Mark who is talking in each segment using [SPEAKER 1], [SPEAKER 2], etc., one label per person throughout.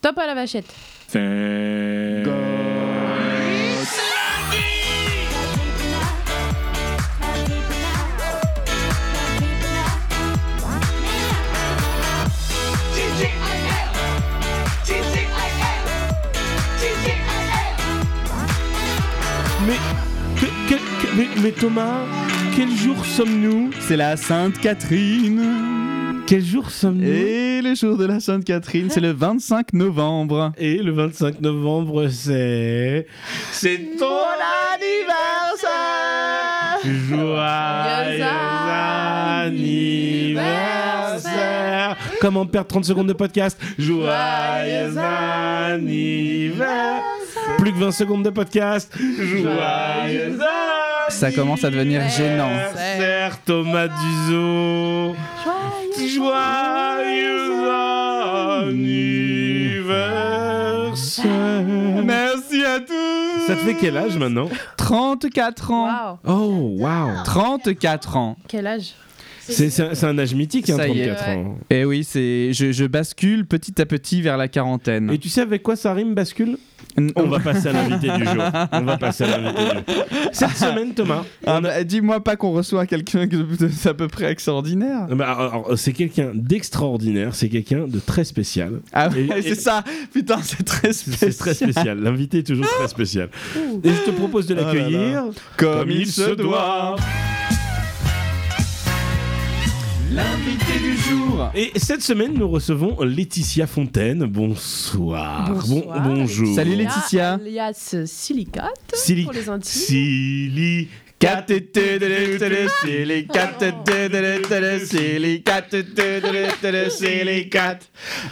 [SPEAKER 1] Top à la vachette.
[SPEAKER 2] C'est-
[SPEAKER 3] Mais, que- que- que- mais, mais Thomas, quel jour sommes-nous
[SPEAKER 4] C'est la Sainte Catherine. Eh
[SPEAKER 3] Quel jour sommes-nous et...
[SPEAKER 4] Et le jour de la Sainte Catherine, c'est le 25 novembre.
[SPEAKER 3] le 25 novembre, c'est. C'est ton anniversaire Joyeux anniversaire Comment perdre 30 secondes de podcast Joyeux anniversaire Plus que 20 secondes de podcast Joyeux anniversaire
[SPEAKER 4] Ça commence à devenir gênant.
[SPEAKER 3] Anniversaire Thomas Duzot Joyeux anniversaire
[SPEAKER 4] Merci à tous
[SPEAKER 3] Ça te fait quel âge maintenant
[SPEAKER 4] 34 ans
[SPEAKER 1] Waouh.
[SPEAKER 3] Oh, waouh
[SPEAKER 4] 34 ans
[SPEAKER 1] Quel âge
[SPEAKER 3] C'est c'est un, c'est un âge mythique, hein,
[SPEAKER 4] Ça y est.
[SPEAKER 3] 34 ans.
[SPEAKER 4] Et Eh oui, c'est je, je bascule petit à petit vers la quarantaine.
[SPEAKER 3] Et tu sais avec quoi ça rime, bascule
[SPEAKER 4] N-
[SPEAKER 3] On va passer à l'invité du jour. On va passer à l'invité du jour. Cette semaine, Thomas,
[SPEAKER 4] Ah bah, Dis-moi pas qu'on reçoit quelqu'un de, de- à peu près extraordinaire.
[SPEAKER 3] bah, alors, c'est quelqu'un d'extraordinaire, c'est quelqu'un de très spécial.
[SPEAKER 4] Ah
[SPEAKER 3] Et-
[SPEAKER 4] ouais,
[SPEAKER 3] et-
[SPEAKER 4] c'est ça Putain, c'est très
[SPEAKER 3] C'est-
[SPEAKER 4] spécial.
[SPEAKER 3] C'est très spécial. L'invité est toujours très spécial. Ah Et je te propose de
[SPEAKER 4] là là.
[SPEAKER 3] l'accueillir
[SPEAKER 4] Comme, il se doit L'invité du jour
[SPEAKER 3] Et cette semaine, nous recevons Laetitia Fontaine. Bonsoir.
[SPEAKER 1] Bonsoir.
[SPEAKER 3] Ah, Bon- bonjour.
[SPEAKER 4] Salut, Laetitia.
[SPEAKER 1] Alias silicate
[SPEAKER 3] Sili-
[SPEAKER 1] pour les intimes.
[SPEAKER 3] Sili-
[SPEAKER 4] Silicate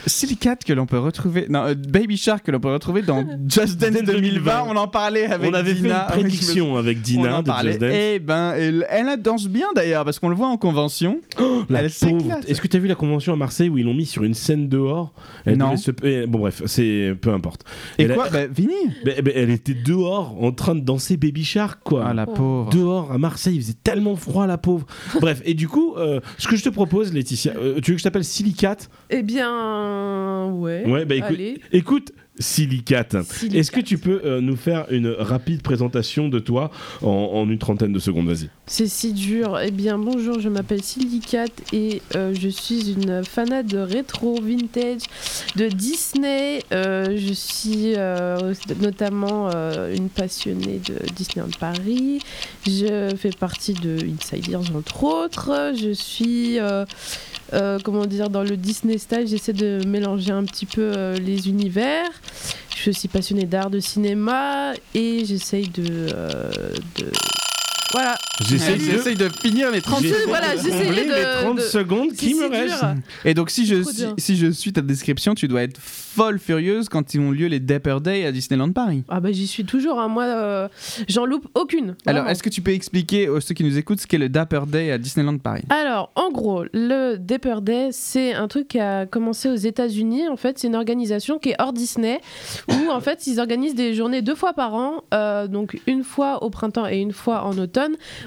[SPEAKER 4] Silicate que l'on peut retrouver non euh, Baby Shark que l'on peut retrouver dans Just Dance 2020 on en parlait avec
[SPEAKER 3] On avait
[SPEAKER 4] Dina.
[SPEAKER 3] fait une prédiction avec
[SPEAKER 4] on
[SPEAKER 3] Dina
[SPEAKER 4] en
[SPEAKER 3] de
[SPEAKER 4] parlait.
[SPEAKER 3] Just Dance.
[SPEAKER 4] Eh ben, elle, elle la danse bien d'ailleurs, parce qu'on le voit en convention.
[SPEAKER 3] La
[SPEAKER 4] Elle
[SPEAKER 3] pauvre.
[SPEAKER 4] s'éclate.
[SPEAKER 3] Est-ce que tu as vu la convention à Marseille où ils l'ont mis sur une scène dehors elle
[SPEAKER 4] Non.
[SPEAKER 3] devait se- eh, Bon bref, c'est peu importe.
[SPEAKER 4] Et
[SPEAKER 3] elle, a-
[SPEAKER 4] quoi Bah, Vini
[SPEAKER 3] Ben, ben, elle était dehors en train de danser Baby Shark quoi.
[SPEAKER 4] Ah, la
[SPEAKER 1] Oh.
[SPEAKER 4] pauvre.
[SPEAKER 3] Dehors à Marseille, il faisait tellement froid la pauvre. Bref, et du coup, euh, ce que je te propose, Laetitia, euh, tu veux que je t'appelle Silicate
[SPEAKER 1] Eh bien, ouais.
[SPEAKER 3] Ouais, bah écoute,
[SPEAKER 1] Allez.
[SPEAKER 3] écoute Silicate.
[SPEAKER 1] Silicate.
[SPEAKER 3] Est-ce que tu peux euh, nous faire une rapide présentation de toi en, en une trentaine de secondes Vas-y.
[SPEAKER 1] C'est si dur. Eh bien, bonjour, je m'appelle Silicate et euh, je suis une fanade de rétro, vintage, de Disney. Euh, je suis euh, notamment euh, une passionnée de Disneyland Paris. Je fais partie de Insiders, entre autres. Je suis, euh, euh, comment dire, dans le Disney style, j'essaie de mélanger un petit peu euh, les univers. Je suis aussi passionnée d'art, de cinéma et j'essaye de, euh, de... Voilà,
[SPEAKER 4] J'essaye j'essaye de finir les 30
[SPEAKER 3] J'essaie
[SPEAKER 1] secondes, voilà,
[SPEAKER 3] de
[SPEAKER 1] j'essayais
[SPEAKER 3] combler
[SPEAKER 1] de-
[SPEAKER 3] les 30
[SPEAKER 1] de-
[SPEAKER 3] secondes
[SPEAKER 1] C'est
[SPEAKER 3] qui
[SPEAKER 1] si dur.
[SPEAKER 3] me restent.
[SPEAKER 4] Et donc, si je,
[SPEAKER 1] Trop
[SPEAKER 4] si,
[SPEAKER 1] dur.
[SPEAKER 4] si je suis ta description, tu dois être folle furieuse quand ils ont lieu les Dapper Day à Disneyland Paris.
[SPEAKER 1] Ah bah j'y suis toujours, hein. moi euh, j'en loupe aucune.
[SPEAKER 4] Alors,
[SPEAKER 1] vraiment.
[SPEAKER 4] est-ce que tu peux expliquer aux ceux qui nous écoutent ce qu'est le Dapper Day à Disneyland Paris
[SPEAKER 1] Alors, en gros, le Dapper Day, c'est un truc qui a commencé aux États-Unis. En fait, c'est une organisation qui est hors Disney, où en fait, ils organisent des journées deux fois par an, euh, donc une fois au printemps et une fois en automne,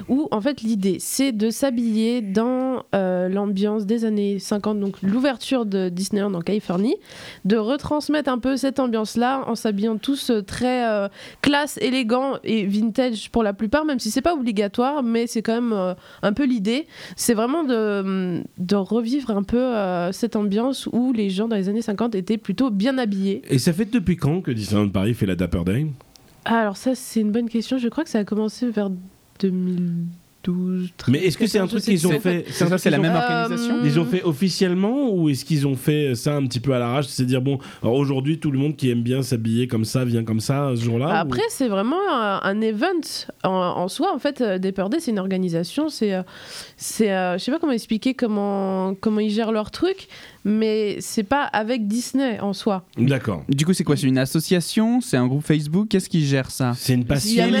[SPEAKER 1] où en fait, l'idée, c'est de s'habiller dans euh, l'ambiance des années 50, donc l'ouverture de Disneyland en Californie, de retransmettre un peu cette ambiance-là en s'habillant tous euh, très euh, classe, élégant et vintage pour la plupart, même si c'est pas obligatoire, mais c'est quand même euh, un peu l'idée c'est vraiment de, de revivre un peu euh, cette ambiance où les gens dans les années 50 étaient plutôt bien habillés.
[SPEAKER 3] Et ça fait depuis quand que Disneyland Paris fait la Dapper Day
[SPEAKER 1] Ah, alors ça, c'est une bonne question. Je crois que ça a commencé vers 2012.
[SPEAKER 3] Mais est-ce que c'est un
[SPEAKER 1] 14,
[SPEAKER 3] truc
[SPEAKER 1] je sais
[SPEAKER 3] qu'ils ont
[SPEAKER 1] plus.
[SPEAKER 3] fait
[SPEAKER 4] C'est ça,
[SPEAKER 3] un truc
[SPEAKER 4] c'est la
[SPEAKER 3] qu'ils ont-
[SPEAKER 4] même
[SPEAKER 1] Euh,
[SPEAKER 4] organisation
[SPEAKER 3] Ils ont fait officiellement ou est-ce qu'ils ont fait ça un petit peu à l'arrache C'est dire, bon, alors aujourd'hui, tout le monde qui aime bien s'habiller comme ça vient comme ça ce jour-là Hein, ou-
[SPEAKER 1] Bah, Après, c'est vraiment un, un event en, en soi. En fait, euh, Dapper Day, c'est une organisation. C'est, euh, c'est, euh, je sais pas comment expliquer comment comment ils gèrent leur truc, mais c'est pas avec Disney en soi.
[SPEAKER 3] D'accord.
[SPEAKER 4] Du coup, c'est quoi C'est une association C'est un groupe Facebook Qu'est-ce qui gère ça
[SPEAKER 3] C'est une
[SPEAKER 1] Il y a
[SPEAKER 3] passion.
[SPEAKER 4] Qui est
[SPEAKER 1] même-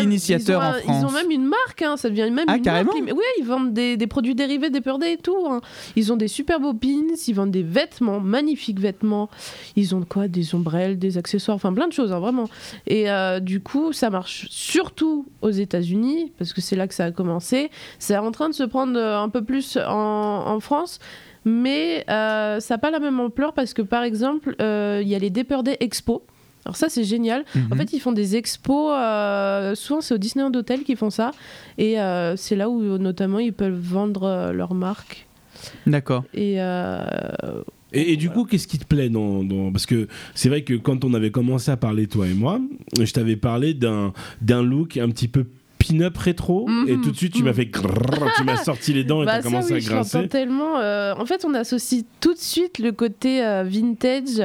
[SPEAKER 1] ils ont
[SPEAKER 4] l'initiateur en
[SPEAKER 1] un-
[SPEAKER 4] France
[SPEAKER 1] Ils ont même une marque, hein, ça devient même
[SPEAKER 4] Ah,
[SPEAKER 1] une
[SPEAKER 4] carrément
[SPEAKER 1] marque. Ils- Oui, ils vendent des, des produits dérivés des Peur Day et tout. hein. Ils ont des super beaux pins, ils vendent des vêtements, magnifiques vêtements. Ils ont quoi Des ombrelles, des accessoires, enfin plein de choses, hein, vraiment. Et euh, du coup, ça marche surtout aux États-Unis, parce que c'est là que ça a commencé. C'est en train de se prendre euh, un peu plus en, en France. mais euh, ça n'a pas la même ampleur parce que par exemple, euh, il y a les Dapper Day Expo. Alors ça c'est génial. En
[SPEAKER 3] Hmm.
[SPEAKER 4] Mhm.
[SPEAKER 1] fait, ils font des expos. euh, souvent, c'est au Disneyland Hotel qu'ils font ça, et euh, c'est là où notamment ils peuvent vendre euh, leurs marques.
[SPEAKER 4] D'accord.
[SPEAKER 1] Et euh,
[SPEAKER 3] Et, et du coup, qu'est-ce qui te plaît dans, dans- Parce que c'est vrai que quand on avait commencé à parler, toi et moi, je t'avais parlé d'un d'un look un petit peu pin-up rétro,
[SPEAKER 1] Mhm,
[SPEAKER 3] et tout de suite, tu m'as
[SPEAKER 1] mhm.
[SPEAKER 3] fait... grrrr, tu m'as sorti les dents et
[SPEAKER 1] bah,
[SPEAKER 3] t'as
[SPEAKER 1] ça,
[SPEAKER 3] commencé
[SPEAKER 1] oui,
[SPEAKER 3] à
[SPEAKER 1] je l'entends
[SPEAKER 3] grincer.
[SPEAKER 1] tellement. euh, en fait, on associe tout de suite le côté euh, vintage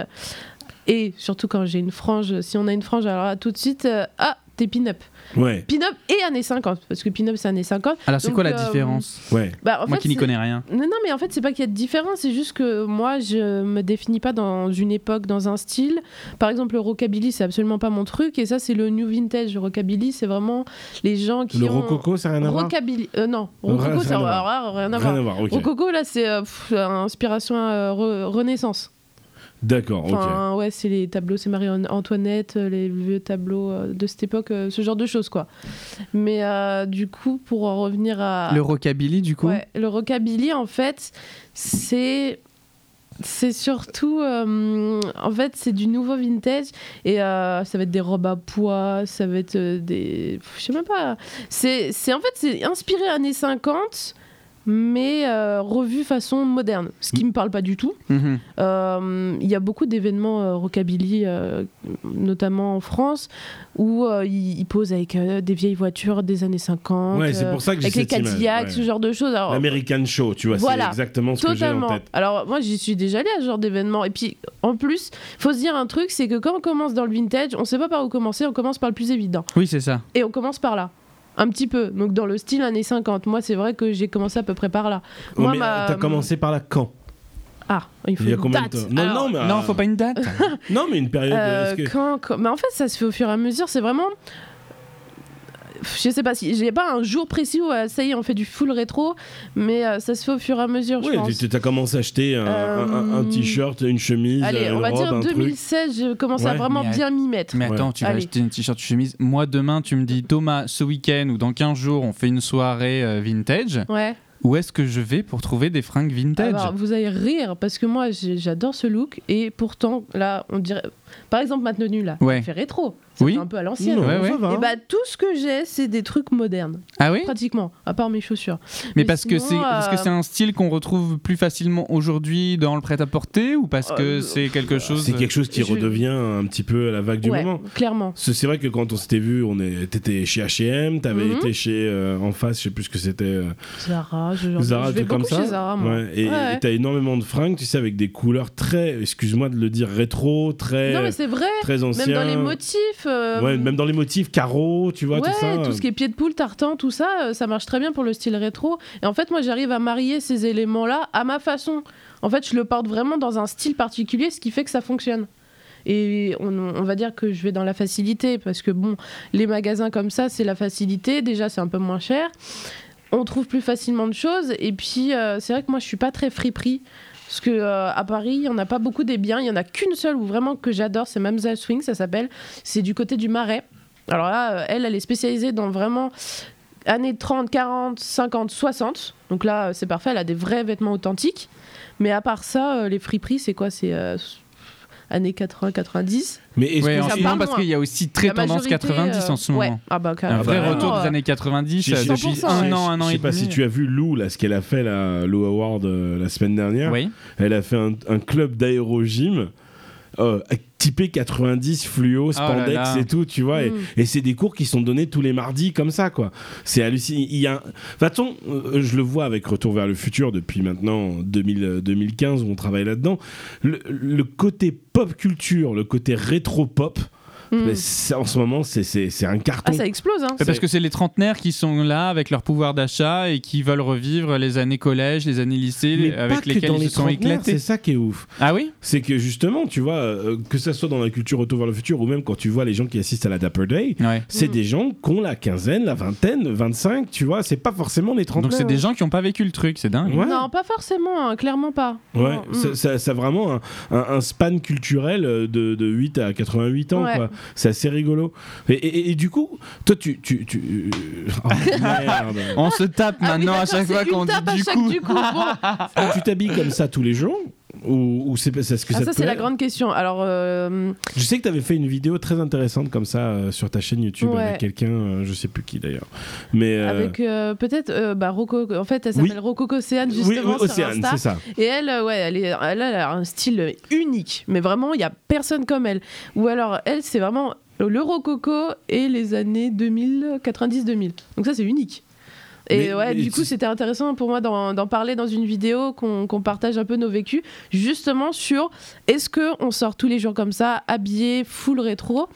[SPEAKER 1] et surtout quand j'ai une frange. Si on a une frange, alors là, tout de suite, euh, ah, t'es pin-up.
[SPEAKER 3] Ouais,
[SPEAKER 1] Pin-up et années 50 parce que pin-up c'est années 50.
[SPEAKER 4] Alors, c'est
[SPEAKER 1] Donc,
[SPEAKER 4] quoi la
[SPEAKER 1] euh,
[SPEAKER 4] différence
[SPEAKER 3] ouais.
[SPEAKER 1] Bah, en
[SPEAKER 4] Moi
[SPEAKER 1] fait,
[SPEAKER 4] qui n'y
[SPEAKER 1] c'est-
[SPEAKER 4] connais rien.
[SPEAKER 1] Non, non, mais en fait, c'est pas qu'il y a de différence, c'est juste que moi, je me définis pas dans une époque, dans un style. Par exemple, le rockabilly, c'est absolument pas mon truc, et ça, c'est le new vintage. Le rockabilly, c'est vraiment les gens qui
[SPEAKER 3] Le
[SPEAKER 1] ont.
[SPEAKER 3] rococo, ça n'a rien à voir
[SPEAKER 1] Rockabilly. euh, non,
[SPEAKER 3] Rien-
[SPEAKER 1] rococo,
[SPEAKER 3] rien
[SPEAKER 1] ça
[SPEAKER 3] à
[SPEAKER 1] n'a
[SPEAKER 3] voir.
[SPEAKER 1] rien, à
[SPEAKER 3] Rien
[SPEAKER 1] voir.
[SPEAKER 3] à voir, ok.
[SPEAKER 1] Rococo, là, c'est euh, pff, inspiration euh, re- Renaissance.
[SPEAKER 3] D'accord, ok.
[SPEAKER 1] Enfin, ouais, c'est les tableaux, c'est Marie-Antoinette, euh, les vieux tableaux euh, de cette époque, euh, ce genre de choses, quoi. Mais euh, du coup, pour en revenir à.
[SPEAKER 4] Le rockabilly, du coup
[SPEAKER 1] Ah. Ouais, le rockabilly, en fait, c'est. C'est surtout. euh, en fait, c'est du nouveau vintage. Et euh, ça va être des robes à pois, ça va être euh, des. Je sais même pas. C'est, c'est, en fait, c'est inspiré années 50, mais euh, revu façon moderne. Ce
[SPEAKER 3] Mm.
[SPEAKER 1] qui me parle pas du tout.
[SPEAKER 4] Mhm.
[SPEAKER 1] Euh, Il y a beaucoup d'événements euh, rockabilly, euh, notamment en France, où euh, ils, ils posent avec euh, des vieilles voitures des années 50.
[SPEAKER 3] Ouais, c'est
[SPEAKER 1] euh,
[SPEAKER 3] pour ça que j'ai
[SPEAKER 1] avec les
[SPEAKER 3] cette image,
[SPEAKER 1] Cadillacs,
[SPEAKER 3] ouais.
[SPEAKER 1] ce genre de choses. Alors,
[SPEAKER 3] L'American Show, tu vois, c'est
[SPEAKER 1] Voilà,
[SPEAKER 3] exactement ce que j'ai en
[SPEAKER 1] totalement.
[SPEAKER 3] tête.
[SPEAKER 1] Alors moi, j'y suis déjà allée à ce genre d'événement. Et puis, en plus, faut se dire un truc, c'est que quand on commence dans le vintage, on sait pas par où commencer, on commence par le plus évident.
[SPEAKER 4] Oui, c'est ça.
[SPEAKER 1] Et on commence par là. Un petit peu. Donc dans le style années 50. Moi, c'est vrai que j'ai commencé à peu près par là.
[SPEAKER 3] Oh,
[SPEAKER 1] Moi,
[SPEAKER 3] mais
[SPEAKER 1] ma-
[SPEAKER 3] t'as commencé par là quand
[SPEAKER 1] Ah, il faut
[SPEAKER 3] Il y a
[SPEAKER 1] une
[SPEAKER 3] combien de
[SPEAKER 1] date.
[SPEAKER 3] temps non,
[SPEAKER 1] Alors,
[SPEAKER 3] non, mais, euh,
[SPEAKER 4] Non, faut pas une date.
[SPEAKER 3] non, mais une période...
[SPEAKER 1] Euh,
[SPEAKER 3] est-ce que-
[SPEAKER 1] quand, quand- Mais en fait, ça se fait au fur et à mesure. C'est vraiment. Je sais pas si. J'ai pas un jour précis où euh, ça y est, on fait du full rétro, mais euh, ça se fait au fur et à mesure, je
[SPEAKER 3] Ouais,
[SPEAKER 1] pense.
[SPEAKER 3] tu- t'as commencé à acheter un,
[SPEAKER 1] Euh,
[SPEAKER 3] un- un- un t-shirt, une chemise,
[SPEAKER 1] Allez,
[SPEAKER 3] une
[SPEAKER 1] on va
[SPEAKER 3] robe,
[SPEAKER 1] dire
[SPEAKER 3] un truc.
[SPEAKER 1] 2016, je commence à
[SPEAKER 3] Ouais.
[SPEAKER 1] vraiment
[SPEAKER 4] Mais à-
[SPEAKER 1] bien m'y mettre.
[SPEAKER 4] Mais
[SPEAKER 3] Ouais.
[SPEAKER 4] attends, tu vas
[SPEAKER 1] Allez.
[SPEAKER 4] acheter un t-shirt, une chemise. Moi, demain, tu me dis, Thomas, ce week-end ou dans 15 jours, on fait une soirée euh, vintage.
[SPEAKER 1] Ouais.
[SPEAKER 4] Où est-ce que je vais pour trouver des fringues vintage
[SPEAKER 1] Alors, vous allez rire parce que moi, j'ai- j'adore ce look et pourtant, là, on dirait. Par exemple, ma tenue là,
[SPEAKER 4] Ouais.
[SPEAKER 1] elle fait rétro.
[SPEAKER 4] Oui.
[SPEAKER 1] C'est un peu à l'ancienne.
[SPEAKER 3] Non,
[SPEAKER 4] Ouais,
[SPEAKER 3] ça
[SPEAKER 4] ouais.
[SPEAKER 3] va.
[SPEAKER 1] Et bah, tout ce que j'ai, c'est des trucs modernes,
[SPEAKER 4] Ah oui
[SPEAKER 1] pratiquement, à part mes chaussures.
[SPEAKER 4] Mais
[SPEAKER 1] Mais
[SPEAKER 4] parce que
[SPEAKER 1] sinon,
[SPEAKER 4] c'est parce que
[SPEAKER 1] euh,
[SPEAKER 4] c'est un style qu'on retrouve plus facilement aujourd'hui dans le prêt-à-porter ou parce que
[SPEAKER 1] Euh,
[SPEAKER 4] c'est quelque chose
[SPEAKER 3] C'est quelque chose qui
[SPEAKER 1] Je-
[SPEAKER 3] redevient un petit peu à la vague du
[SPEAKER 1] euh, ouais,
[SPEAKER 3] moment.
[SPEAKER 1] clairement.
[SPEAKER 3] C'est c'est vrai que quand on s'était vu, on est- t'étais chez H&M, t'avais
[SPEAKER 1] Mhm.
[SPEAKER 3] été chez euh, en face, je sais plus ce que c'était, euh,
[SPEAKER 1] Zara, je,
[SPEAKER 3] Zara,
[SPEAKER 1] je vais
[SPEAKER 3] tout comme
[SPEAKER 1] beaucoup
[SPEAKER 3] ça.
[SPEAKER 1] chez Zara, moi.
[SPEAKER 3] Ouais, et
[SPEAKER 1] Ouais, ouais.
[SPEAKER 3] et t'as énormément de fringues, tu sais, avec des couleurs très, excuse-moi de le dire, rétro, très,
[SPEAKER 1] Non, mais c'est vrai,
[SPEAKER 3] très anciens.
[SPEAKER 1] même dans les motifs. euh,
[SPEAKER 3] Ouais, même dans les motifs, carreaux, tu vois,
[SPEAKER 1] ouais,
[SPEAKER 3] tout ça.
[SPEAKER 1] ce qui est pied de poule, tartan, tout ça, euh, ça marche très bien pour le style rétro. Et en fait, moi, j'arrive à marier ces éléments-là à ma façon. En fait, je le porte vraiment dans un style particulier, ce qui fait que ça fonctionne. Et on, on va dire que je vais dans la facilité, parce que bon, les magasins comme ça, c'est la facilité. Déjà, c'est un peu moins cher. On trouve plus facilement de choses. Et puis, euh, c'est vrai que moi, je suis pas très friperie. Parce que euh, à Paris, il n'y en a pas beaucoup des biens. Il y en a qu'une seule où vraiment que j'adore, c'est Mamselle Swing, ça s'appelle. C'est du côté du Marais. Alors là, euh, elle, elle est spécialisée dans vraiment années 30, 40, 50, 60. Donc là, euh, c'est parfait, elle a des vrais vêtements authentiques. Mais à part ça, euh, les friperies, c'est quoi C'est euh, années 80, 90.
[SPEAKER 3] Mais est-ce
[SPEAKER 4] Ouais,
[SPEAKER 3] que
[SPEAKER 4] en
[SPEAKER 1] ça
[SPEAKER 4] ce
[SPEAKER 3] c'est-
[SPEAKER 4] moment bah,
[SPEAKER 1] parle
[SPEAKER 4] parce
[SPEAKER 1] moins
[SPEAKER 4] qu'il y a aussi très
[SPEAKER 1] La
[SPEAKER 4] tendance
[SPEAKER 1] majorité,
[SPEAKER 4] 90 en ce
[SPEAKER 1] euh,
[SPEAKER 4] moment.
[SPEAKER 1] ouais. Ah bah,
[SPEAKER 4] Un vrai
[SPEAKER 1] carrément,
[SPEAKER 4] retour des
[SPEAKER 1] euh,
[SPEAKER 4] années 90
[SPEAKER 3] Je-
[SPEAKER 4] euh,
[SPEAKER 3] je-
[SPEAKER 4] depuis
[SPEAKER 1] 100%,
[SPEAKER 4] un
[SPEAKER 1] ouais.
[SPEAKER 4] an, un an
[SPEAKER 3] je
[SPEAKER 4] et
[SPEAKER 3] sais pas
[SPEAKER 4] demi.
[SPEAKER 3] si tu as vu Lou, là, ce qu'elle a fait, la Lou Award, euh, la semaine dernière.
[SPEAKER 4] Oui.
[SPEAKER 3] Elle a fait un, un club d'aérogym. Euh, typé 90 fluo
[SPEAKER 4] Ah là
[SPEAKER 3] spandex
[SPEAKER 4] là.
[SPEAKER 3] et tout tu vois et-
[SPEAKER 1] Mm.
[SPEAKER 3] et, c'est des cours qui sont donnés tous les mardis comme ça quoi c'est hallucinant il y a va euh, je le vois avec retour vers le futur depuis maintenant 2000, euh, 2015 où on travaille là-dedans le, le côté pop culture le côté rétro pop
[SPEAKER 1] Mm.
[SPEAKER 3] mais ça, en ce moment c'est- c'est c'est un carton
[SPEAKER 1] Ah, ça explose, hein.
[SPEAKER 4] Parce que c'est les trentenaires qui sont là avec leur pouvoir d'achat et qui veulent revivre les années collège, les années lycée
[SPEAKER 3] mais pas
[SPEAKER 4] avec
[SPEAKER 3] que dans
[SPEAKER 4] lesquelles
[SPEAKER 3] les
[SPEAKER 4] ils se sont
[SPEAKER 3] trentenaires, c'est
[SPEAKER 4] éclatés.
[SPEAKER 3] ça qui est ouf
[SPEAKER 4] Ah oui
[SPEAKER 3] c'est que justement, tu vois, euh, que ça soit dans la culture Retour vers le futur ou même quand tu vois les gens qui assistent à la Dapper Day,
[SPEAKER 4] Ouais.
[SPEAKER 3] c'est
[SPEAKER 1] Mm.
[SPEAKER 3] des gens qui ont la quinzaine, la vingtaine, 25, tu vois, c'est pas forcément les 30
[SPEAKER 4] Donc c'est des gens qui n'ont pas vécu le truc, c'est dingue.
[SPEAKER 3] Ouais,
[SPEAKER 1] Non, pas forcément, hein, clairement pas.
[SPEAKER 3] ouais.
[SPEAKER 1] Non, mm.
[SPEAKER 3] Ça, ça- ça a vraiment un, un- un span culturel euh, de, de 8 à 88 ans,
[SPEAKER 1] Ouais.
[SPEAKER 3] quoi. C'est assez rigolo. Et, et- et du coup, toi, tu. tu, tu... Oh, merde.
[SPEAKER 4] On se tape
[SPEAKER 1] Ah oui,
[SPEAKER 4] maintenant à
[SPEAKER 1] d'accord,
[SPEAKER 4] chaque
[SPEAKER 1] c'est
[SPEAKER 4] fois
[SPEAKER 1] une
[SPEAKER 4] qu'on dit
[SPEAKER 1] tape à
[SPEAKER 4] du
[SPEAKER 1] chaque
[SPEAKER 4] coup.
[SPEAKER 1] du coup. Bon. Ah,
[SPEAKER 3] tu t'habilles comme ça tous les jours ou, ou c'est c'est ce que ça,
[SPEAKER 1] Ah, ça,
[SPEAKER 3] te
[SPEAKER 1] c'est
[SPEAKER 3] plaît
[SPEAKER 1] la grande question. Alors, euh,
[SPEAKER 3] Je sais que tu avais fait une vidéo très intéressante comme ça euh, sur ta chaîne YouTube
[SPEAKER 1] Ouais.
[SPEAKER 3] avec quelqu'un, euh, je sais plus qui d'ailleurs. Mais euh,
[SPEAKER 1] avec euh, peut-être euh, bah, Rocco. En fait, elle
[SPEAKER 3] Oui.
[SPEAKER 1] s'appelle Rocco Océane,
[SPEAKER 3] oui,
[SPEAKER 1] justement.
[SPEAKER 3] oui,
[SPEAKER 1] sur
[SPEAKER 3] Océane,
[SPEAKER 1] Insta.
[SPEAKER 3] c'est ça.
[SPEAKER 1] Et elle, euh, ouais, elle, est- elle a un style unique, mais vraiment, il n'y a personne comme elle. Ou alors, elle, c'est vraiment le rococo et les années 2000, 90-2000. Donc ça, c'est unique. Et
[SPEAKER 3] Mais-
[SPEAKER 1] ouais,
[SPEAKER 3] mais
[SPEAKER 1] du coup,
[SPEAKER 3] tu-
[SPEAKER 1] c'était intéressant pour moi d'en d'en parler dans une vidéo, qu'on qu'on partage un peu nos vécus, justement sur est-ce qu'on sort tous les jours comme ça, habillé, full rétro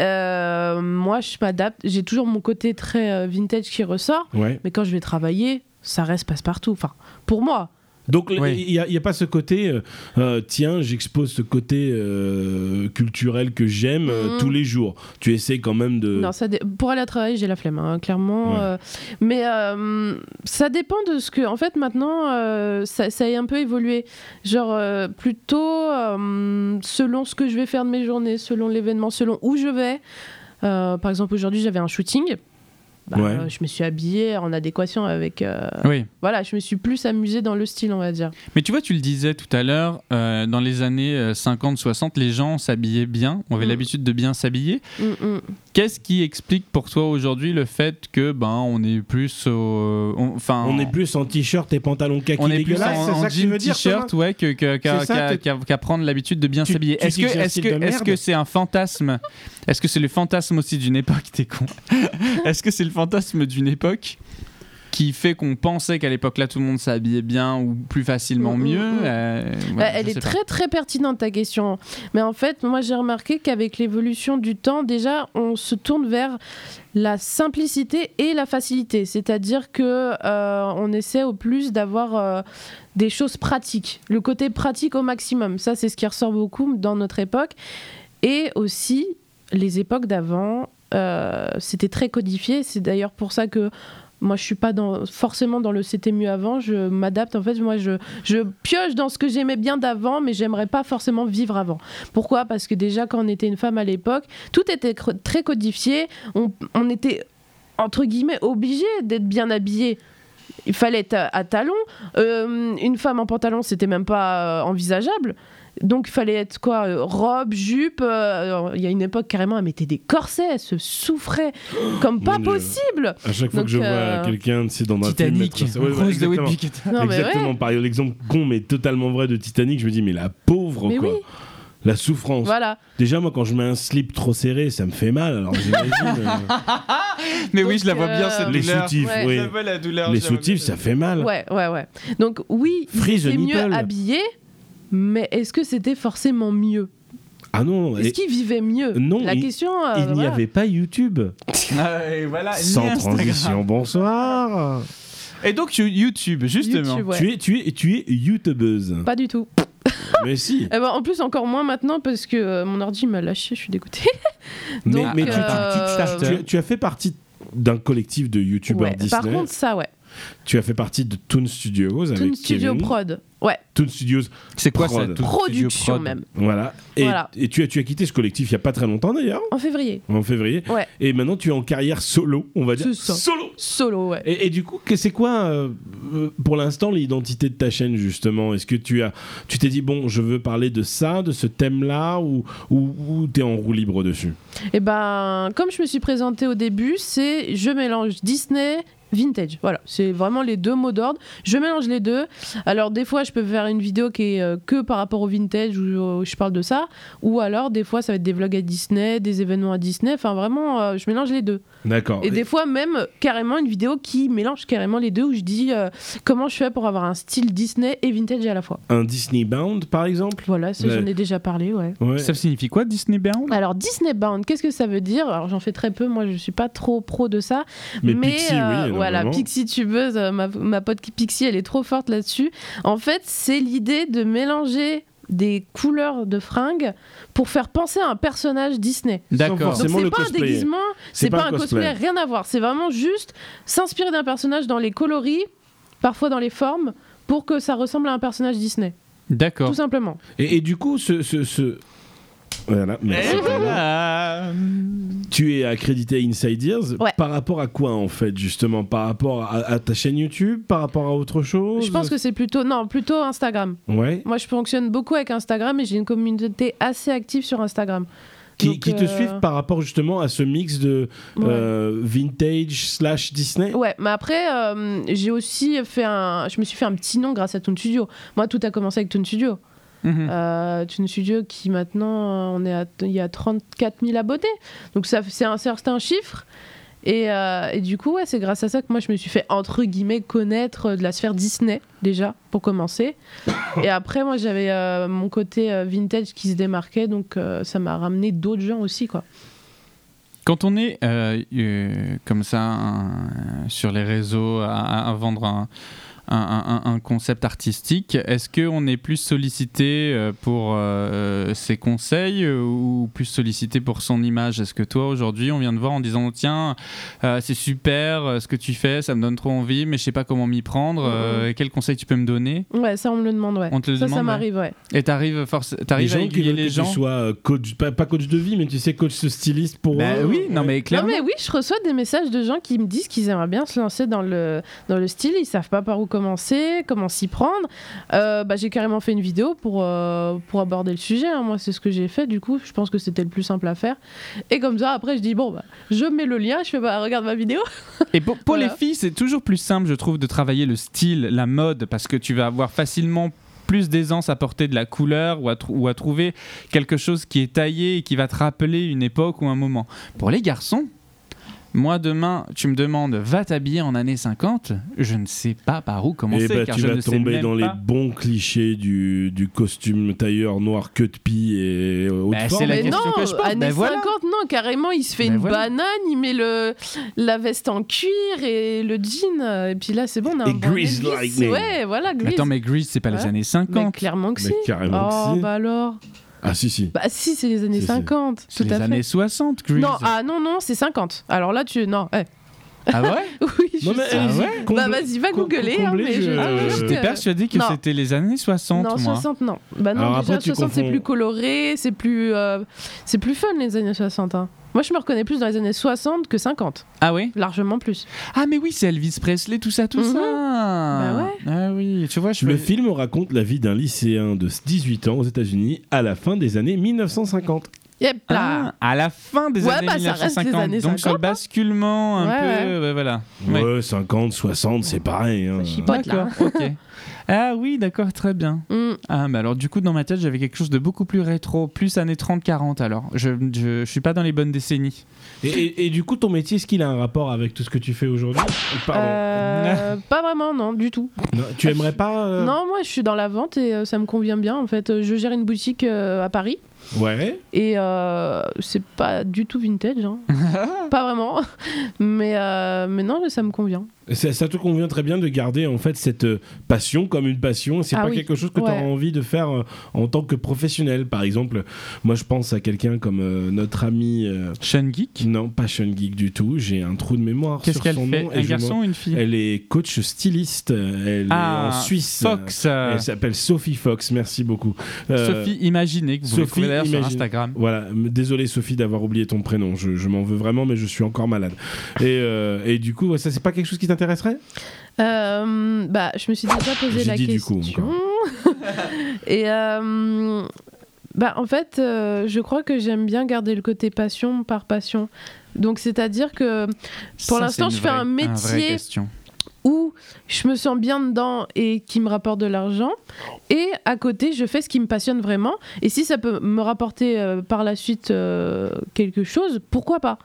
[SPEAKER 1] Euh, Moi, je m'adapte. J'ai toujours mon côté très euh, vintage qui ressort,
[SPEAKER 3] Ouais.
[SPEAKER 1] mais quand je vais travailler, ça reste passe-partout. Enfin, pour moi,
[SPEAKER 3] Donc il
[SPEAKER 4] Oui.
[SPEAKER 3] n'y a, y a pas ce côté, euh, euh, tiens, j'expose ce côté euh, culturel que j'aime euh,
[SPEAKER 1] Mhm.
[SPEAKER 3] tous les jours. Tu essaies quand même de...
[SPEAKER 1] Non, ça dé- pour aller à travailler, j'ai la flemme, hein, clairement.
[SPEAKER 3] Ouais.
[SPEAKER 1] euh, mais euh, ça dépend de ce que. En fait, maintenant, euh, ça, ça a un peu évolué. Genre, euh, plutôt euh, selon ce que je vais faire de mes journées, selon l'événement, selon où je vais. Euh, par exemple, aujourd'hui, j'avais un shooting. Bah,
[SPEAKER 3] Ouais.
[SPEAKER 1] euh, je me suis habillée en adéquation avec. euh,
[SPEAKER 4] Oui.
[SPEAKER 1] Voilà, je me suis plus amusée dans le style, on va dire.
[SPEAKER 4] Mais tu vois, tu le disais tout à l'heure, euh, dans les années 50-60, les gens s'habillaient bien, on avait
[SPEAKER 1] Mm.
[SPEAKER 4] l'habitude de bien s'habiller.
[SPEAKER 1] Mm, mm.
[SPEAKER 4] Qu'est-ce qui explique pour toi aujourd'hui le fait que ben on est plus au, on- enfin
[SPEAKER 3] On est plus en t-shirt et pantalon kaki
[SPEAKER 4] Ah. on est plus
[SPEAKER 3] dégueulasse,
[SPEAKER 4] en,
[SPEAKER 3] c'est
[SPEAKER 4] en
[SPEAKER 3] ça que tu
[SPEAKER 4] jean
[SPEAKER 3] veux dire
[SPEAKER 4] t-shirt ouais que- que- qu'à
[SPEAKER 3] C'est ça,
[SPEAKER 4] qu'à-
[SPEAKER 3] t'es-
[SPEAKER 4] qu'à- qu'à prendre l'habitude de bien
[SPEAKER 3] Tu-
[SPEAKER 4] s'habiller.
[SPEAKER 3] tu
[SPEAKER 4] Est-ce
[SPEAKER 3] dis
[SPEAKER 4] que
[SPEAKER 3] que j'ai un
[SPEAKER 4] est-ce
[SPEAKER 3] style
[SPEAKER 4] que
[SPEAKER 3] de
[SPEAKER 4] est-ce que
[SPEAKER 3] merde
[SPEAKER 4] c'est un fantasme Est-ce que c'est le fantasme aussi d'une époque T'es con. est-ce que c'est le fantasme d'une époque qui fait qu'on pensait qu'à l'époque là tout le monde s'habillait bien ou plus facilement
[SPEAKER 1] Mm, mm,
[SPEAKER 4] mieux
[SPEAKER 1] mm.
[SPEAKER 4] euh,
[SPEAKER 1] Bah,
[SPEAKER 4] voilà,
[SPEAKER 1] elle
[SPEAKER 4] je
[SPEAKER 1] est
[SPEAKER 4] sais pas.
[SPEAKER 1] très très pertinente ta question. Mais en fait, moi j'ai remarqué qu'avec l'évolution du temps, déjà on se tourne vers la simplicité et la facilité. C'est-à-dire que euh, on essaie au plus d'avoir euh, des choses pratiques, le côté pratique au maximum. Ça, c'est ce qui ressort beaucoup dans notre époque. Et aussi, les époques d'avant, euh, c'était très codifié. C'est d'ailleurs pour ça que moi, je suis pas dans, forcément dans le c'était mieux avant. Je m'adapte. En fait, moi, je, je pioche dans ce que j'aimais bien d'avant, mais j'aimerais pas forcément vivre avant. Pourquoi Parce que déjà, quand on était une femme à l'époque, tout était cr- très codifié. On, on était, entre guillemets, obligé d'être bien habillé. Il fallait être à, à talons. Euh, une femme en pantalon, c'était même pas euh, envisageable. Donc il fallait être quoi euh, Robe, jupe. euh, alors, Il y a une époque carrément, elle mettait des corsets, elle se souffrait comme pas
[SPEAKER 3] Mon Dieu.
[SPEAKER 1] possible.
[SPEAKER 3] À chaque fois
[SPEAKER 1] Donc,
[SPEAKER 3] que je
[SPEAKER 1] euh,
[SPEAKER 3] vois quelqu'un, c'est dans un
[SPEAKER 4] Titanic,
[SPEAKER 3] film... mettre ça- Ouais, ouais,
[SPEAKER 4] Rose de
[SPEAKER 3] exactement.
[SPEAKER 4] Whitpicket.
[SPEAKER 1] Non, mais ouais.
[SPEAKER 3] Exactement, par l'exemple con mais totalement vrai de Titanic, je me dis mais la pauvre
[SPEAKER 1] Mais
[SPEAKER 3] quoi.
[SPEAKER 1] oui.
[SPEAKER 3] La souffrance.
[SPEAKER 1] Voilà.
[SPEAKER 3] Déjà moi quand je mets un slip trop serré, ça me fait mal. Alors j'imagine euh,
[SPEAKER 4] Mais oui,
[SPEAKER 1] Donc,
[SPEAKER 4] je la vois bien
[SPEAKER 1] euh,
[SPEAKER 4] cette
[SPEAKER 3] les
[SPEAKER 4] douleur.
[SPEAKER 3] soutifs,
[SPEAKER 1] Ouais.
[SPEAKER 3] oui.
[SPEAKER 4] Je vois la douleur,
[SPEAKER 3] Les
[SPEAKER 4] je la vois
[SPEAKER 3] soutifs,
[SPEAKER 4] bien.
[SPEAKER 3] ça fait mal.
[SPEAKER 1] Ouais, ouais, ouais. Donc oui,
[SPEAKER 3] Free the
[SPEAKER 1] c'est mieux
[SPEAKER 3] nipple.
[SPEAKER 1] habillé, mais est-ce que c'était forcément mieux
[SPEAKER 3] Ah non,
[SPEAKER 1] Est-ce
[SPEAKER 3] et-
[SPEAKER 1] qu'ils vivaient mieux
[SPEAKER 3] Non,
[SPEAKER 1] La
[SPEAKER 3] il-
[SPEAKER 1] question. euh,
[SPEAKER 3] il n'y
[SPEAKER 1] voilà.
[SPEAKER 3] avait pas YouTube.
[SPEAKER 4] Ah, et voilà, ni
[SPEAKER 3] Sans
[SPEAKER 4] Instagram.
[SPEAKER 3] transition, bonsoir.
[SPEAKER 4] Et donc tu- YouTube, justement.
[SPEAKER 1] YouTube, ouais.
[SPEAKER 3] Tu es, tu es, tu es youtubeuse.
[SPEAKER 1] Pas du tout.
[SPEAKER 3] Mais si.
[SPEAKER 1] Eh ben, en plus, encore moins maintenant parce que euh, mon ordi m'a lâché, je suis dégoûtée.
[SPEAKER 3] mais
[SPEAKER 1] Donc,
[SPEAKER 3] mais tu- tu-
[SPEAKER 1] euh,
[SPEAKER 3] tu, tu as- tu as fait partie d'un collectif de youtubeurs
[SPEAKER 1] Ouais,
[SPEAKER 3] Disney.
[SPEAKER 1] Par contre, ça, ouais.
[SPEAKER 3] tu as fait partie de Toon Studios avec
[SPEAKER 1] Toon Studio
[SPEAKER 3] Kevin.
[SPEAKER 1] Prod. Ouais,
[SPEAKER 3] Toon Studios,
[SPEAKER 4] C'est quoi
[SPEAKER 3] Prod.
[SPEAKER 4] ça tout-
[SPEAKER 1] production
[SPEAKER 4] prod
[SPEAKER 1] même.
[SPEAKER 3] voilà. Et,
[SPEAKER 1] Voilà.
[SPEAKER 3] et tu, as, tu as quitté ce collectif il n'y a pas très longtemps d'ailleurs,
[SPEAKER 1] En février.
[SPEAKER 3] en février.
[SPEAKER 1] Ouais.
[SPEAKER 3] Et maintenant tu es en carrière solo, on va dire.
[SPEAKER 1] C'est ça.
[SPEAKER 3] Solo
[SPEAKER 1] Solo, ouais.
[SPEAKER 3] Et, et du coup, que- c'est quoi euh, euh, pour l'instant l'identité de ta chaîne justement Est-ce que tu as, tu t'es dit bon, je veux parler de ça, de ce thème-là, ou ou, ou t'es en roue libre dessus
[SPEAKER 1] Et ben, comme je me suis présentée au début, c'est je mélange Disney. Vintage, voilà, c'est vraiment les deux mots d'ordre. Je mélange les deux. Alors des fois, je peux faire une vidéo qui est euh, que par rapport au vintage où euh, je parle de ça, ou alors des fois, ça va être des vlogs à Disney, des événements à Disney. Enfin, vraiment, euh, je mélange les deux.
[SPEAKER 3] D'accord.
[SPEAKER 1] Et des fois même euh, carrément une vidéo qui mélange carrément les deux où je dis euh, comment je fais pour avoir un style Disney et vintage à la fois.
[SPEAKER 3] Un Disney Bound par exemple
[SPEAKER 1] Voilà, ça,
[SPEAKER 3] Ouais.
[SPEAKER 1] j'en ai déjà parlé, ouais.
[SPEAKER 3] Ouais.
[SPEAKER 4] Ça signifie quoi Disney Bound
[SPEAKER 1] Alors Disney Bound, qu'est-ce que ça veut dire Alors j'en fais très peu, moi je suis pas trop pro de ça.
[SPEAKER 3] Mais Pixie, oui,
[SPEAKER 1] euh, voilà,
[SPEAKER 3] énormément.
[SPEAKER 1] Pixie tubeuse, euh, ma, ma pote qui- Pixie, elle est trop forte là-dessus. En fait, c'est l'idée de mélanger des couleurs de fringues pour faire penser à un personnage Disney.
[SPEAKER 4] D'accord.
[SPEAKER 1] Donc
[SPEAKER 3] Forcément,
[SPEAKER 1] c'est
[SPEAKER 3] Ah. le
[SPEAKER 1] pas un
[SPEAKER 3] cosplay.
[SPEAKER 1] déguisement, c'est pas, un cosplay,
[SPEAKER 3] cosplay.
[SPEAKER 1] rien à voir. C'est vraiment juste s'inspirer d'un personnage dans les coloris, parfois dans les formes, pour que ça ressemble à un personnage Disney.
[SPEAKER 4] D'accord.
[SPEAKER 1] Tout simplement.
[SPEAKER 3] Et, et du coup, ce, ce, ce- Voilà, merci. Carla.
[SPEAKER 4] Ah.
[SPEAKER 3] Tu es accrédité à Inside Ears.
[SPEAKER 1] Ouais.
[SPEAKER 3] Par rapport à quoi, en fait, justement Par rapport à, à ta chaîne YouTube Par rapport à autre chose
[SPEAKER 1] Je pense que c'est plutôt non, plutôt Instagram.
[SPEAKER 3] Ouais.
[SPEAKER 1] Moi, je fonctionne beaucoup avec Instagram et j'ai une communauté assez active sur Instagram.
[SPEAKER 3] Qui,
[SPEAKER 1] Donc,
[SPEAKER 3] qui te
[SPEAKER 1] euh,
[SPEAKER 3] suivent par rapport justement à ce mix de euh, vintage slash Disney
[SPEAKER 1] Ouais, mais après, euh, j'ai aussi fait un. Je me suis fait un petit nom grâce à Toon Studio. Moi, tout a commencé avec Toon Studio.
[SPEAKER 4] Mhm.
[SPEAKER 1] Euh, Toon Studio qui maintenant, euh, on est à, il y a 34 000 abonnés. Donc, ça, c'est un certain chiffre. Et, euh, et du coup, ouais, c'est grâce à ça que moi, je me suis fait, entre guillemets, connaître euh, de la sphère Disney, déjà, pour commencer. et après, moi, j'avais euh, mon côté euh, vintage qui se démarquait. Donc, euh, ça m'a ramené d'autres gens aussi, quoi.
[SPEAKER 4] Quand on est euh, euh, comme ça un- sur les réseaux à, à- à vendre un, un- un- un concept artistique, est-ce qu'on est plus sollicité euh, pour euh, ses conseils euh, ou plus sollicité pour son image Est-ce que toi aujourd'hui on vient de voir en disant tiens euh, c'est super euh, ce que tu fais, ça me donne trop envie mais je sais pas comment m'y prendre, euh, quel conseil tu peux me donner
[SPEAKER 1] Ouais, ça, on me le demande, ouais.
[SPEAKER 4] On te le
[SPEAKER 1] Mm-hmm. ça,
[SPEAKER 4] demande,
[SPEAKER 1] ça
[SPEAKER 4] ouais.
[SPEAKER 1] m'arrive, ouais.
[SPEAKER 4] Et t'arrives force,
[SPEAKER 3] Les
[SPEAKER 4] t'arrives à
[SPEAKER 3] gens qui
[SPEAKER 4] aiguiller
[SPEAKER 3] veulent
[SPEAKER 4] les
[SPEAKER 3] que
[SPEAKER 4] gens.
[SPEAKER 3] tu sois euh, coach, pas, pas coach de vie, mais tu sais, coach styliste pour
[SPEAKER 4] Bah
[SPEAKER 3] eux.
[SPEAKER 4] oui, non mais
[SPEAKER 1] Non
[SPEAKER 4] clairement.
[SPEAKER 1] mais oui, je reçois des messages de gens qui me disent qu'ils aimeraient bien se lancer dans le, dans le style, ils savent pas par où commencer, comment s'y prendre. Euh, bah, j'ai carrément fait une vidéo pour, euh, pour aborder le sujet, hein. moi c'est ce que j'ai fait du coup, je pense que c'était le plus simple à faire. Et comme ça après je dis bon, bah, je mets le lien, je fais bah, regarde ma vidéo.
[SPEAKER 4] Et pour, pour
[SPEAKER 1] Voilà.
[SPEAKER 4] les filles, c'est toujours plus simple, je trouve, de travailler le style, la mode, parce que tu vas avoir facilement plus d'aisance à porter de la couleur ou à, trou- ou à trouver quelque chose qui est taillé et qui va te rappeler une époque ou un moment. Pour les garçons, moi demain, tu me demandes, va t'habiller en années 50, je ne sais pas par où commencer,
[SPEAKER 3] Et bah,
[SPEAKER 4] car
[SPEAKER 3] tu
[SPEAKER 4] je
[SPEAKER 3] vas
[SPEAKER 4] ne sais
[SPEAKER 3] tomber
[SPEAKER 4] même
[SPEAKER 3] dans les
[SPEAKER 4] pas.
[SPEAKER 3] bons clichés du, du costume tailleur noir queue de pie et haute
[SPEAKER 4] Bah, c'est
[SPEAKER 3] forme.
[SPEAKER 4] la
[SPEAKER 1] Mais
[SPEAKER 4] question
[SPEAKER 1] non,
[SPEAKER 4] que je pose.
[SPEAKER 1] années
[SPEAKER 4] Ben voilà.
[SPEAKER 1] 50, non, carrément il se fait
[SPEAKER 4] Ben
[SPEAKER 1] une
[SPEAKER 4] voilà.
[SPEAKER 1] banane, il met le, la veste en cuir et le jean, euh, et puis là c'est bon, on a
[SPEAKER 3] Et
[SPEAKER 1] un bon
[SPEAKER 3] Grease
[SPEAKER 1] Elvis.
[SPEAKER 3] Lightning.
[SPEAKER 1] Ouais, voilà,
[SPEAKER 4] Mais
[SPEAKER 1] Grease.
[SPEAKER 4] Attends, mais Grease, c'est pas les
[SPEAKER 1] Ouais.
[SPEAKER 4] années
[SPEAKER 1] Mais
[SPEAKER 4] 50.
[SPEAKER 1] clairement que si.
[SPEAKER 3] Mais carrément que
[SPEAKER 1] Oh
[SPEAKER 3] si.
[SPEAKER 1] bah alors.
[SPEAKER 3] Ah si, si.
[SPEAKER 1] Bah si, c'est les années
[SPEAKER 3] Si, si.
[SPEAKER 1] 50.
[SPEAKER 4] C'est
[SPEAKER 1] tout
[SPEAKER 4] les
[SPEAKER 1] à
[SPEAKER 4] années
[SPEAKER 1] fait.
[SPEAKER 4] 60, Grease.
[SPEAKER 1] Non, ah non, non, c'est 50. Alors là, tu... Non, eh.
[SPEAKER 4] Ah ouais
[SPEAKER 1] oui, je
[SPEAKER 3] Non, mais
[SPEAKER 1] sais.
[SPEAKER 3] allez-y,
[SPEAKER 4] Ah ouais
[SPEAKER 3] comble-
[SPEAKER 1] Bah vas-y, va
[SPEAKER 3] com-
[SPEAKER 1] googler. hein,
[SPEAKER 3] comblez,
[SPEAKER 1] mais je-
[SPEAKER 3] je-
[SPEAKER 1] Ah ouais,
[SPEAKER 3] je
[SPEAKER 1] ouais.
[SPEAKER 4] Euh, J'étais persuadé que
[SPEAKER 1] non.
[SPEAKER 4] c'était les années 60,
[SPEAKER 1] non,
[SPEAKER 4] moi.
[SPEAKER 1] 60, non. Bah non,
[SPEAKER 3] Alors
[SPEAKER 1] déjà,
[SPEAKER 3] après, tu
[SPEAKER 1] 60, c'est
[SPEAKER 3] confonds-
[SPEAKER 1] plus coloré, c'est plus, euh, c'est plus fun les années 60. hein. Moi, je me reconnais plus dans les années 60 que 50.
[SPEAKER 4] Ah ouais
[SPEAKER 1] Largement plus.
[SPEAKER 4] Ah mais oui, c'est Elvis Presley, tout ça, tout
[SPEAKER 1] Mhm.
[SPEAKER 4] ça.
[SPEAKER 1] Bah ouais.
[SPEAKER 4] Ah oui, tu vois, je
[SPEAKER 3] Le
[SPEAKER 4] me-
[SPEAKER 3] film raconte la vie d'un lycéen de 18 ans aux États-Unis à la fin des années 1950.
[SPEAKER 1] Yep là.
[SPEAKER 4] Ah, à la fin des
[SPEAKER 1] Ouais,
[SPEAKER 4] années
[SPEAKER 1] bah, ça reste
[SPEAKER 4] 1950,
[SPEAKER 1] les années
[SPEAKER 4] donc sur
[SPEAKER 1] 50,
[SPEAKER 4] le
[SPEAKER 1] hein.
[SPEAKER 4] basculement un
[SPEAKER 1] Ouais,
[SPEAKER 4] peu, ouais, voilà.
[SPEAKER 3] Ouais,
[SPEAKER 4] Ouais.
[SPEAKER 3] 50, 60, c'est pareil. hein.
[SPEAKER 1] Ça chie pas. Pote, là.
[SPEAKER 4] D'accord, ok. Ah oui, d'accord, très bien.
[SPEAKER 1] Mm.
[SPEAKER 4] Ah mais alors du coup dans ma tête j'avais quelque chose de beaucoup plus rétro, plus années 30-40 alors. Je, je, je suis pas dans les bonnes décennies.
[SPEAKER 3] Et, et- et du coup, ton métier, est-ce qu'il a un rapport avec tout ce que tu fais aujourd'hui Pardon.
[SPEAKER 1] Euh, pas vraiment, non, du tout.
[SPEAKER 3] Non, tu aimerais pas euh,
[SPEAKER 1] Non, moi, je suis dans la vente et euh, ça me convient bien, en fait. Euh, Je gère une boutique euh, à Paris.
[SPEAKER 3] Ouais.
[SPEAKER 1] Et euh, c'est pas du tout vintage, hein. pas vraiment. Mais, euh, mais non, ça me convient.
[SPEAKER 3] Ça, ça te convient très bien de garder en fait cette euh, passion comme une passion. C'est
[SPEAKER 1] Ah
[SPEAKER 3] pas
[SPEAKER 1] oui,
[SPEAKER 3] quelque chose que tu
[SPEAKER 1] ouais.
[SPEAKER 3] auras envie de faire euh, en tant que professionnel. Par exemple, moi je pense à quelqu'un comme euh, notre ami. euh,
[SPEAKER 4] Sean Geek,
[SPEAKER 3] non, pas Sean Geek du tout. J'ai un trou de mémoire
[SPEAKER 4] qu'est-ce
[SPEAKER 3] sur
[SPEAKER 4] qu'elle
[SPEAKER 3] son
[SPEAKER 4] fait
[SPEAKER 3] nom. et
[SPEAKER 4] Un
[SPEAKER 3] je
[SPEAKER 4] garçon
[SPEAKER 3] m'en-
[SPEAKER 4] ou une fille
[SPEAKER 3] Elle est coach styliste. Elle
[SPEAKER 4] Ah,
[SPEAKER 3] est en Suisse.
[SPEAKER 4] Fox. euh,
[SPEAKER 3] Elle s'appelle Sophie Fox. Merci beaucoup. Euh,
[SPEAKER 4] Sophie Imaginée, que vous
[SPEAKER 3] Sophie
[SPEAKER 4] retrouvez d'ailleurs sur
[SPEAKER 3] Imaginée.
[SPEAKER 4] Instagram.
[SPEAKER 3] Voilà, m- désolé Sophie d'avoir oublié ton prénom, je, je m'en veux vraiment, mais je suis encore malade. Et, euh, et du coup, ouais, ça c'est pas quelque chose qui t'intéresserait
[SPEAKER 1] Euh, bah, je me suis déjà posé
[SPEAKER 3] J'ai
[SPEAKER 1] la
[SPEAKER 3] dit du
[SPEAKER 1] question.
[SPEAKER 3] coup,
[SPEAKER 1] Et euh, bah, en fait, euh, je crois que j'aime bien garder le côté passion par passion. Donc, c'est-à-dire que Pour
[SPEAKER 4] Ça,
[SPEAKER 1] l'instant,
[SPEAKER 4] c'est
[SPEAKER 1] je
[SPEAKER 4] une
[SPEAKER 1] fais
[SPEAKER 4] vraie-
[SPEAKER 1] un
[SPEAKER 4] vraie
[SPEAKER 1] métier.
[SPEAKER 4] question.
[SPEAKER 1] où je me sens bien dedans et qui me rapporte de l'argent, et à côté, je fais ce qui me passionne vraiment. Et si ça peut me rapporter euh, par la suite euh, quelque chose, pourquoi pas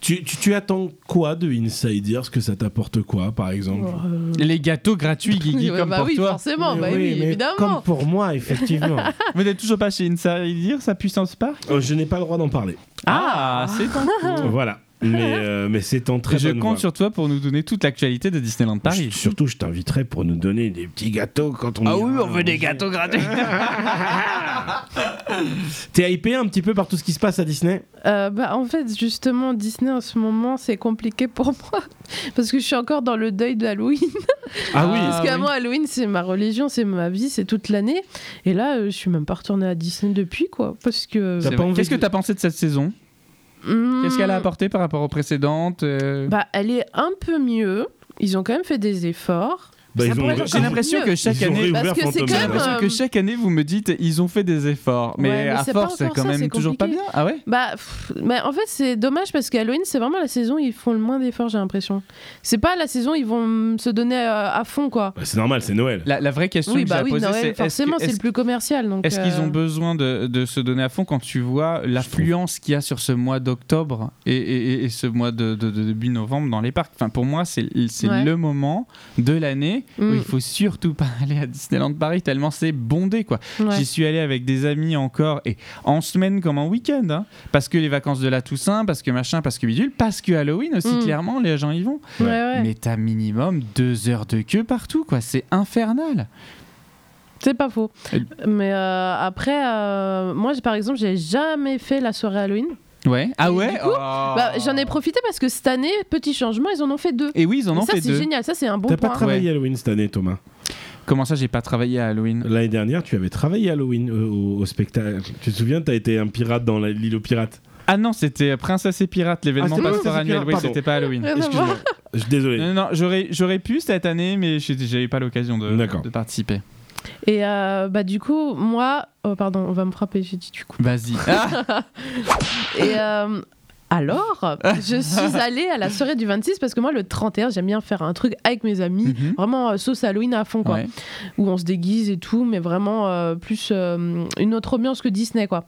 [SPEAKER 3] tu, tu, tu attends quoi de Insiders Que ça t'apporte quoi, par exemple
[SPEAKER 1] Euh,
[SPEAKER 4] Les gâteaux gratuits, Guigui,
[SPEAKER 1] ouais,
[SPEAKER 4] comme
[SPEAKER 1] bah
[SPEAKER 4] pour
[SPEAKER 1] oui,
[SPEAKER 4] toi.
[SPEAKER 1] forcément, bah oui,
[SPEAKER 3] mais Comme
[SPEAKER 1] évidemment.
[SPEAKER 3] pour moi, effectivement. Oh,
[SPEAKER 4] Vous n'êtes toujours pas chez Insider, sa puissance Park
[SPEAKER 3] Euh, je n'ai pas le droit d'en parler.
[SPEAKER 4] Ah, c'est en cours.
[SPEAKER 3] voilà. mais, euh, mais c'est en très
[SPEAKER 4] je
[SPEAKER 3] bonne
[SPEAKER 4] compte
[SPEAKER 3] voie. Ah,
[SPEAKER 4] sur toi pour nous donner toute l'actualité de Disneyland Paris.
[SPEAKER 3] Je- Surtout, je t'inviterai pour nous donner des petits gâteaux quand on.
[SPEAKER 1] Ah
[SPEAKER 3] ira hein. manger.
[SPEAKER 4] gratuits.
[SPEAKER 3] T'es hypé un petit peu par tout ce qui se passe à Disney
[SPEAKER 1] Euh, bah, en fait, justement, Disney en ce moment, c'est compliqué pour moi. Parce que je suis encore dans le deuil d'Halloween.
[SPEAKER 3] Ah oui.
[SPEAKER 4] Ah
[SPEAKER 1] Parce
[SPEAKER 4] oui.
[SPEAKER 1] qu'avant, Halloween, c'est ma religion, c'est ma vie, c'est toute l'année. Et là, euh, je suis même pas retournée à Disney depuis, quoi. Parce que.
[SPEAKER 3] T'as pas envie
[SPEAKER 4] Qu'est-ce que
[SPEAKER 3] de-
[SPEAKER 4] t'as pensé de cette saison
[SPEAKER 1] Hmm,
[SPEAKER 4] Qu'est-ce qu'elle a apporté par rapport aux précédentes euh
[SPEAKER 1] Bah, elle est un peu mieux. Ils ont quand même fait des efforts.
[SPEAKER 3] Bah,
[SPEAKER 1] Ça
[SPEAKER 3] ils ont-
[SPEAKER 1] pourrait être
[SPEAKER 3] ils
[SPEAKER 4] J'ai
[SPEAKER 1] mieux.
[SPEAKER 3] ont-
[SPEAKER 4] l'impression que euh, chaque
[SPEAKER 3] ils ont
[SPEAKER 4] année,
[SPEAKER 3] réouvert
[SPEAKER 1] Parce que c'est
[SPEAKER 3] Phantom
[SPEAKER 1] quand
[SPEAKER 4] j'ai
[SPEAKER 1] même,
[SPEAKER 3] Manor.
[SPEAKER 4] l'impression que chaque année vous me dites ils ont fait des efforts, mais,
[SPEAKER 1] Bah, euh, Ouais, mais
[SPEAKER 4] à
[SPEAKER 1] c'est pas
[SPEAKER 4] force c'est
[SPEAKER 1] encore
[SPEAKER 4] quand
[SPEAKER 1] ça,
[SPEAKER 4] même
[SPEAKER 1] c'est
[SPEAKER 4] toujours pas bien.
[SPEAKER 1] compliqué.
[SPEAKER 4] Ah ouais
[SPEAKER 1] Bah, pff, mais en fait, c'est dommage parce qu'Halloween, c'est vraiment la saison où ils font le moins d'efforts, j'ai l'impression. C'est pas la saison où ils vont mm, se donner euh, à fond, quoi.
[SPEAKER 3] Bah, c'est normal, c'est Noël.
[SPEAKER 4] la, la vraie question
[SPEAKER 1] Oui,
[SPEAKER 4] que
[SPEAKER 1] bah
[SPEAKER 4] j'ai
[SPEAKER 1] oui,
[SPEAKER 4] posée,
[SPEAKER 1] Noël,
[SPEAKER 4] c'est est-ce
[SPEAKER 1] forcément,
[SPEAKER 4] que-
[SPEAKER 1] c'est
[SPEAKER 4] est-ce
[SPEAKER 1] le plus commercial. donc,
[SPEAKER 4] Est-ce qu'ils
[SPEAKER 1] euh,
[SPEAKER 4] ont besoin de, de se donner à fond quand tu vois l'affluence qu'il y a sur ce mois d'octobre et, et- et- et ce mois de, de- de début novembre dans les parcs enfin, Pour moi, c'est c'est
[SPEAKER 1] Ouais.
[SPEAKER 4] le moment de l'année où
[SPEAKER 1] Mm.
[SPEAKER 4] il faut surtout pas aller à Disneyland Paris tellement c'est bondé. quoi.
[SPEAKER 1] ouais.
[SPEAKER 4] J'y suis allé avec des amis encore et en semaine comme en week-end. hein, parce que les vacances de la Toussaint, parce que machin, parce que bidule, parce que Halloween aussi,
[SPEAKER 1] Mm.
[SPEAKER 4] clairement, les gens y vont.
[SPEAKER 1] Ouais, ouais.
[SPEAKER 4] Mais t'as minimum deux heures de queue partout. quoi. C'est infernal.
[SPEAKER 1] C'est pas faux.
[SPEAKER 4] Et-
[SPEAKER 1] Mais euh, après, euh, moi, j'ai- par exemple, j'ai jamais fait la soirée Halloween.
[SPEAKER 4] Ouais.
[SPEAKER 1] Et
[SPEAKER 4] Ah ouais
[SPEAKER 1] du coup, Bah,
[SPEAKER 4] Ah.
[SPEAKER 1] J'en ai profité parce que cette année, petit changement, ils en ont fait deux.
[SPEAKER 4] Et oui, ils en
[SPEAKER 1] Et
[SPEAKER 4] ont
[SPEAKER 1] ça,
[SPEAKER 4] fait
[SPEAKER 1] c'est
[SPEAKER 4] deux.
[SPEAKER 1] génial. Ça, c'est un bon
[SPEAKER 3] T'as
[SPEAKER 1] point.
[SPEAKER 3] pas travaillé Halloween cette année, Thomas.
[SPEAKER 4] Comment ça, j'ai pas travaillé à Halloween
[SPEAKER 3] L'année dernière, tu avais travaillé Halloween euh, au, au spectacle. Tu te souviens, t'as été un pirate dans la- l'île aux pirates.
[SPEAKER 4] Ah non, c'était Princesse et Pirate, l'événement
[SPEAKER 3] Ah, c'était
[SPEAKER 4] pastoral
[SPEAKER 3] Princesse et
[SPEAKER 4] annuel.
[SPEAKER 3] Pirate,
[SPEAKER 4] Oui,
[SPEAKER 3] pardon.
[SPEAKER 4] c'était pas Halloween.
[SPEAKER 1] Rien à
[SPEAKER 3] Excuse-moi.
[SPEAKER 1] voir.
[SPEAKER 3] Je suis désolé.
[SPEAKER 4] Non, non, non, j'aurais, j'aurais pu cette année, mais j'ai- j'avais pas l'occasion de,
[SPEAKER 3] D'accord.
[SPEAKER 4] de participer.
[SPEAKER 1] Et euh, bah, du coup, moi. Oh, pardon, on va me frapper, j'ai dit du coup.
[SPEAKER 4] Vas-y. Ah,
[SPEAKER 1] Et euh, alors, je suis allée à la soirée du 26 parce que moi, le 31, j'aime bien faire un truc avec mes amis.
[SPEAKER 4] mhm.
[SPEAKER 1] Vraiment euh, sauce Halloween à fond, quoi.
[SPEAKER 4] Ouais.
[SPEAKER 1] Où on se déguise et tout, mais vraiment euh, plus euh, une autre ambiance que Disney, quoi.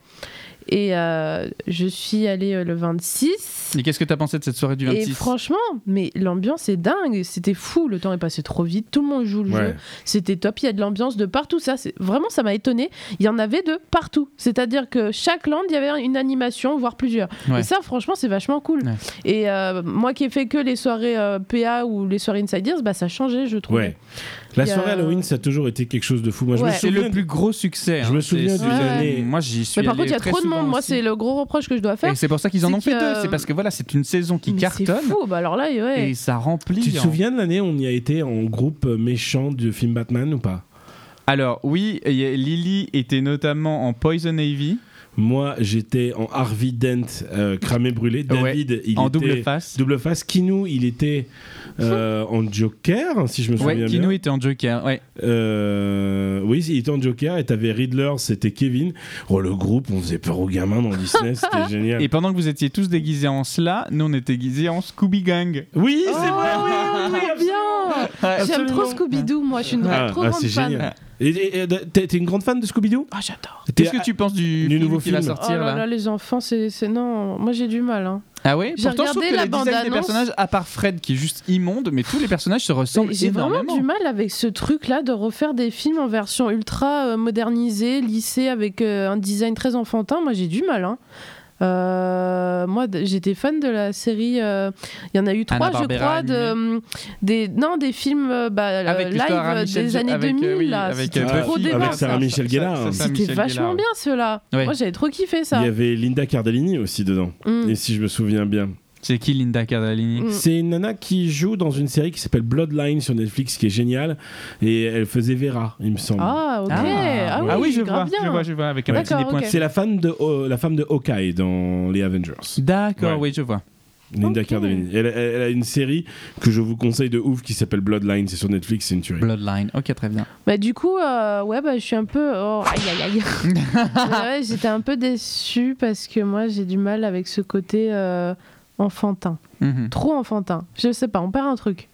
[SPEAKER 1] Et euh, je suis allée euh, le 26.
[SPEAKER 4] Et qu'est-ce que t'as pensé de cette soirée du
[SPEAKER 1] Et
[SPEAKER 4] 26
[SPEAKER 1] franchement, mais l'ambiance est dingue, c'était fou, le temps est passé trop vite, tout le monde joue le
[SPEAKER 3] Ouais.
[SPEAKER 1] jeu, c'était top, il y a de l'ambiance de partout, ça c'est vraiment ça m'a étonné, il y en avait de partout, c'est-à-dire que chaque land il y avait une animation, voire plusieurs,
[SPEAKER 4] Ouais.
[SPEAKER 1] et ça franchement c'est vachement cool.
[SPEAKER 4] Ouais.
[SPEAKER 1] Et euh, moi qui ai fait que les soirées euh, PA ou les soirées Insiders, bah ça changeait je trouve.
[SPEAKER 3] Ouais. La
[SPEAKER 1] Il y a-
[SPEAKER 3] soirée Halloween, ça a toujours été quelque chose de fou. Moi, je me
[SPEAKER 1] Ouais.
[SPEAKER 4] C'est
[SPEAKER 3] souviens
[SPEAKER 4] le plus gros succès. hein.
[SPEAKER 3] Je me souviens
[SPEAKER 4] C'est-
[SPEAKER 1] d'une
[SPEAKER 4] c'est-
[SPEAKER 3] année-
[SPEAKER 4] Moi, j'y suis
[SPEAKER 1] Mais par
[SPEAKER 4] allé
[SPEAKER 1] contre il y a
[SPEAKER 4] très
[SPEAKER 1] trop de
[SPEAKER 4] souvent
[SPEAKER 1] monde, moi
[SPEAKER 4] aussi.
[SPEAKER 1] c'est le gros reproche que je dois faire.
[SPEAKER 4] Et c'est pour ça qu'ils en
[SPEAKER 1] c'est
[SPEAKER 4] ont fait
[SPEAKER 1] que- euh,
[SPEAKER 4] deux. C'est parce que voilà, c'est une saison qui
[SPEAKER 1] Mais
[SPEAKER 4] cartonne
[SPEAKER 1] C'est fou, bah alors là ouais.
[SPEAKER 4] et ça remplit. hein.
[SPEAKER 3] Tu te
[SPEAKER 4] en-
[SPEAKER 3] souviens de l'année où on y a été en groupe euh, méchant du film Batman ou pas
[SPEAKER 4] Alors oui, il y a- Lily était notamment en Poison Ivy,
[SPEAKER 3] Moi, j'étais en Harvey Dent, euh, cramé brûlé. David, il
[SPEAKER 4] en
[SPEAKER 3] était
[SPEAKER 4] double face.
[SPEAKER 3] double face. Kinou, il était euh, en Joker, si je me souviens
[SPEAKER 4] Ouais,
[SPEAKER 3] bien.
[SPEAKER 4] Kinou était en Joker. Ouais.
[SPEAKER 3] Euh, oui, il était en Joker et t'avais Riddler, c'était Kevin. Oh, le groupe, on faisait peur aux gamins dans Disney, c'était génial.
[SPEAKER 4] Et pendant que vous étiez tous déguisés en cela, nous on était déguisés en Scooby Gang.
[SPEAKER 3] Oui,
[SPEAKER 1] Oh,
[SPEAKER 3] c'est vrai.
[SPEAKER 1] oui, oui, oui, bien. J'aime trop
[SPEAKER 3] Absolument.
[SPEAKER 1] Scooby-Doo, moi, je suis une
[SPEAKER 3] Ah,
[SPEAKER 1] trop
[SPEAKER 3] ah,
[SPEAKER 1] grande
[SPEAKER 3] c'est
[SPEAKER 1] fan. Oh
[SPEAKER 3] génial. Et- et- et T'es t'es une grande fan de Scooby-Doo
[SPEAKER 1] Ah, j'adore.
[SPEAKER 4] Qu'est-ce que tu penses du,
[SPEAKER 3] du nouveau
[SPEAKER 4] qui va
[SPEAKER 3] film
[SPEAKER 1] Oh
[SPEAKER 4] sortir
[SPEAKER 1] là
[SPEAKER 4] là,
[SPEAKER 1] là, les enfants, c'est c'est- non, moi j'ai du mal. hein.
[SPEAKER 4] Ah ouais
[SPEAKER 1] J'ai
[SPEAKER 4] Pourtant je trouve
[SPEAKER 1] regardé
[SPEAKER 4] que
[SPEAKER 1] la
[SPEAKER 4] le design des
[SPEAKER 1] bande-annonce.
[SPEAKER 4] personnages, à part Fred qui est juste immonde, mais tous les personnages se ressemblent
[SPEAKER 1] J'ai vraiment
[SPEAKER 4] énormément.
[SPEAKER 1] du mal avec ce truc-là de refaire des films en version ultra euh, modernisée, lycée, avec euh, un design très enfantin. Moi j'ai du mal. hein. Euh, moi d- j'étais fan de la série. euh, Il y en a eu trois, je
[SPEAKER 4] Hanna-Barbera
[SPEAKER 1] crois, de, euh, des, non, des films euh, bah, euh,
[SPEAKER 4] Avec
[SPEAKER 1] live
[SPEAKER 4] Sarah
[SPEAKER 1] euh,
[SPEAKER 4] Michel-
[SPEAKER 1] des années
[SPEAKER 4] avec, euh,
[SPEAKER 1] 2000.
[SPEAKER 4] oui,
[SPEAKER 1] là.
[SPEAKER 4] avec,
[SPEAKER 1] C'était
[SPEAKER 4] euh,
[SPEAKER 1] trop
[SPEAKER 4] Buffy.
[SPEAKER 1] débat.
[SPEAKER 3] avec
[SPEAKER 1] ça.
[SPEAKER 3] Sarah Michel Gellar. hein.
[SPEAKER 4] ça, ça, ça,
[SPEAKER 1] C'était
[SPEAKER 4] Michel
[SPEAKER 1] vachement
[SPEAKER 4] Gellar,
[SPEAKER 1] bien ceux-là.
[SPEAKER 4] Ouais.
[SPEAKER 1] Moi j'avais trop kiffé ça.
[SPEAKER 3] Il y avait Linda Cardellini aussi dedans,
[SPEAKER 1] Mm.
[SPEAKER 3] et si je me souviens bien.
[SPEAKER 4] C'est qui Linda Cardellini
[SPEAKER 1] Mm.
[SPEAKER 3] C'est une nana qui joue dans une série qui s'appelle Bloodline sur Netflix, qui est géniale, et elle faisait Vera, il me semble.
[SPEAKER 1] Ah, ok.
[SPEAKER 4] ah,
[SPEAKER 1] Ah, oui,
[SPEAKER 4] je vois,
[SPEAKER 1] grave bien.
[SPEAKER 4] je vois, je vois, avec un
[SPEAKER 3] Ouais.
[SPEAKER 4] petit nez
[SPEAKER 1] D'accord, ok.
[SPEAKER 4] pointu.
[SPEAKER 3] C'est la femme de euh, la femme de Hawkeye dans les Avengers.
[SPEAKER 4] D'accord,
[SPEAKER 3] Ouais.
[SPEAKER 4] oui, je vois.
[SPEAKER 3] Linda
[SPEAKER 1] Ok.
[SPEAKER 3] Cardellini. Elle, elle- elle a une série que je vous conseille de ouf qui s'appelle Bloodline. C'est sur Netflix, c'est une tuerie.
[SPEAKER 4] Bloodline, ok, très bien.
[SPEAKER 1] Bah du coup, euh, ouais, bah je suis un peu... Oh, aïe, aïe, aïe. Ouais, ouais, J'étais un peu déçue parce que moi, j'ai du mal avec ce côté euh, enfantin.
[SPEAKER 4] Mhm.
[SPEAKER 1] Trop enfantin. Je sais pas, on perd un truc.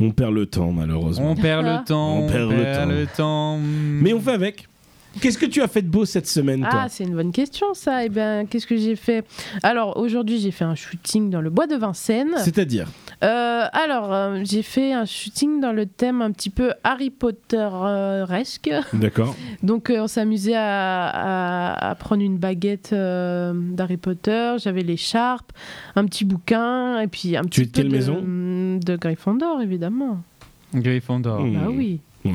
[SPEAKER 3] On perd le temps malheureusement.
[SPEAKER 4] On perd le temps, on perd le temps.
[SPEAKER 3] Mais on fait avec. Qu'est-ce que tu as fait de beau cette semaine, toi
[SPEAKER 1] Ah, c'est une bonne question, ça. Et eh bien, qu'est-ce que j'ai fait Alors, aujourd'hui, j'ai fait un shooting dans le bois de Vincennes.
[SPEAKER 3] C'est-à-dire
[SPEAKER 1] Euh, alors, euh, j'ai fait un shooting dans le thème un petit peu Harry euh, Potter-esque.
[SPEAKER 3] D'accord.
[SPEAKER 1] Donc euh, on s'amusait à, à- à prendre une baguette euh, d'Harry Potter, j'avais l'écharpe, un petit bouquin, et puis un petit
[SPEAKER 3] Tu es de
[SPEAKER 1] peu
[SPEAKER 3] quelle
[SPEAKER 1] de, mm,
[SPEAKER 3] maison
[SPEAKER 1] de Gryffondor, évidemment.
[SPEAKER 4] Mmh. Gryffondor.
[SPEAKER 3] Hmm.
[SPEAKER 1] Bah oui.
[SPEAKER 3] Ouais.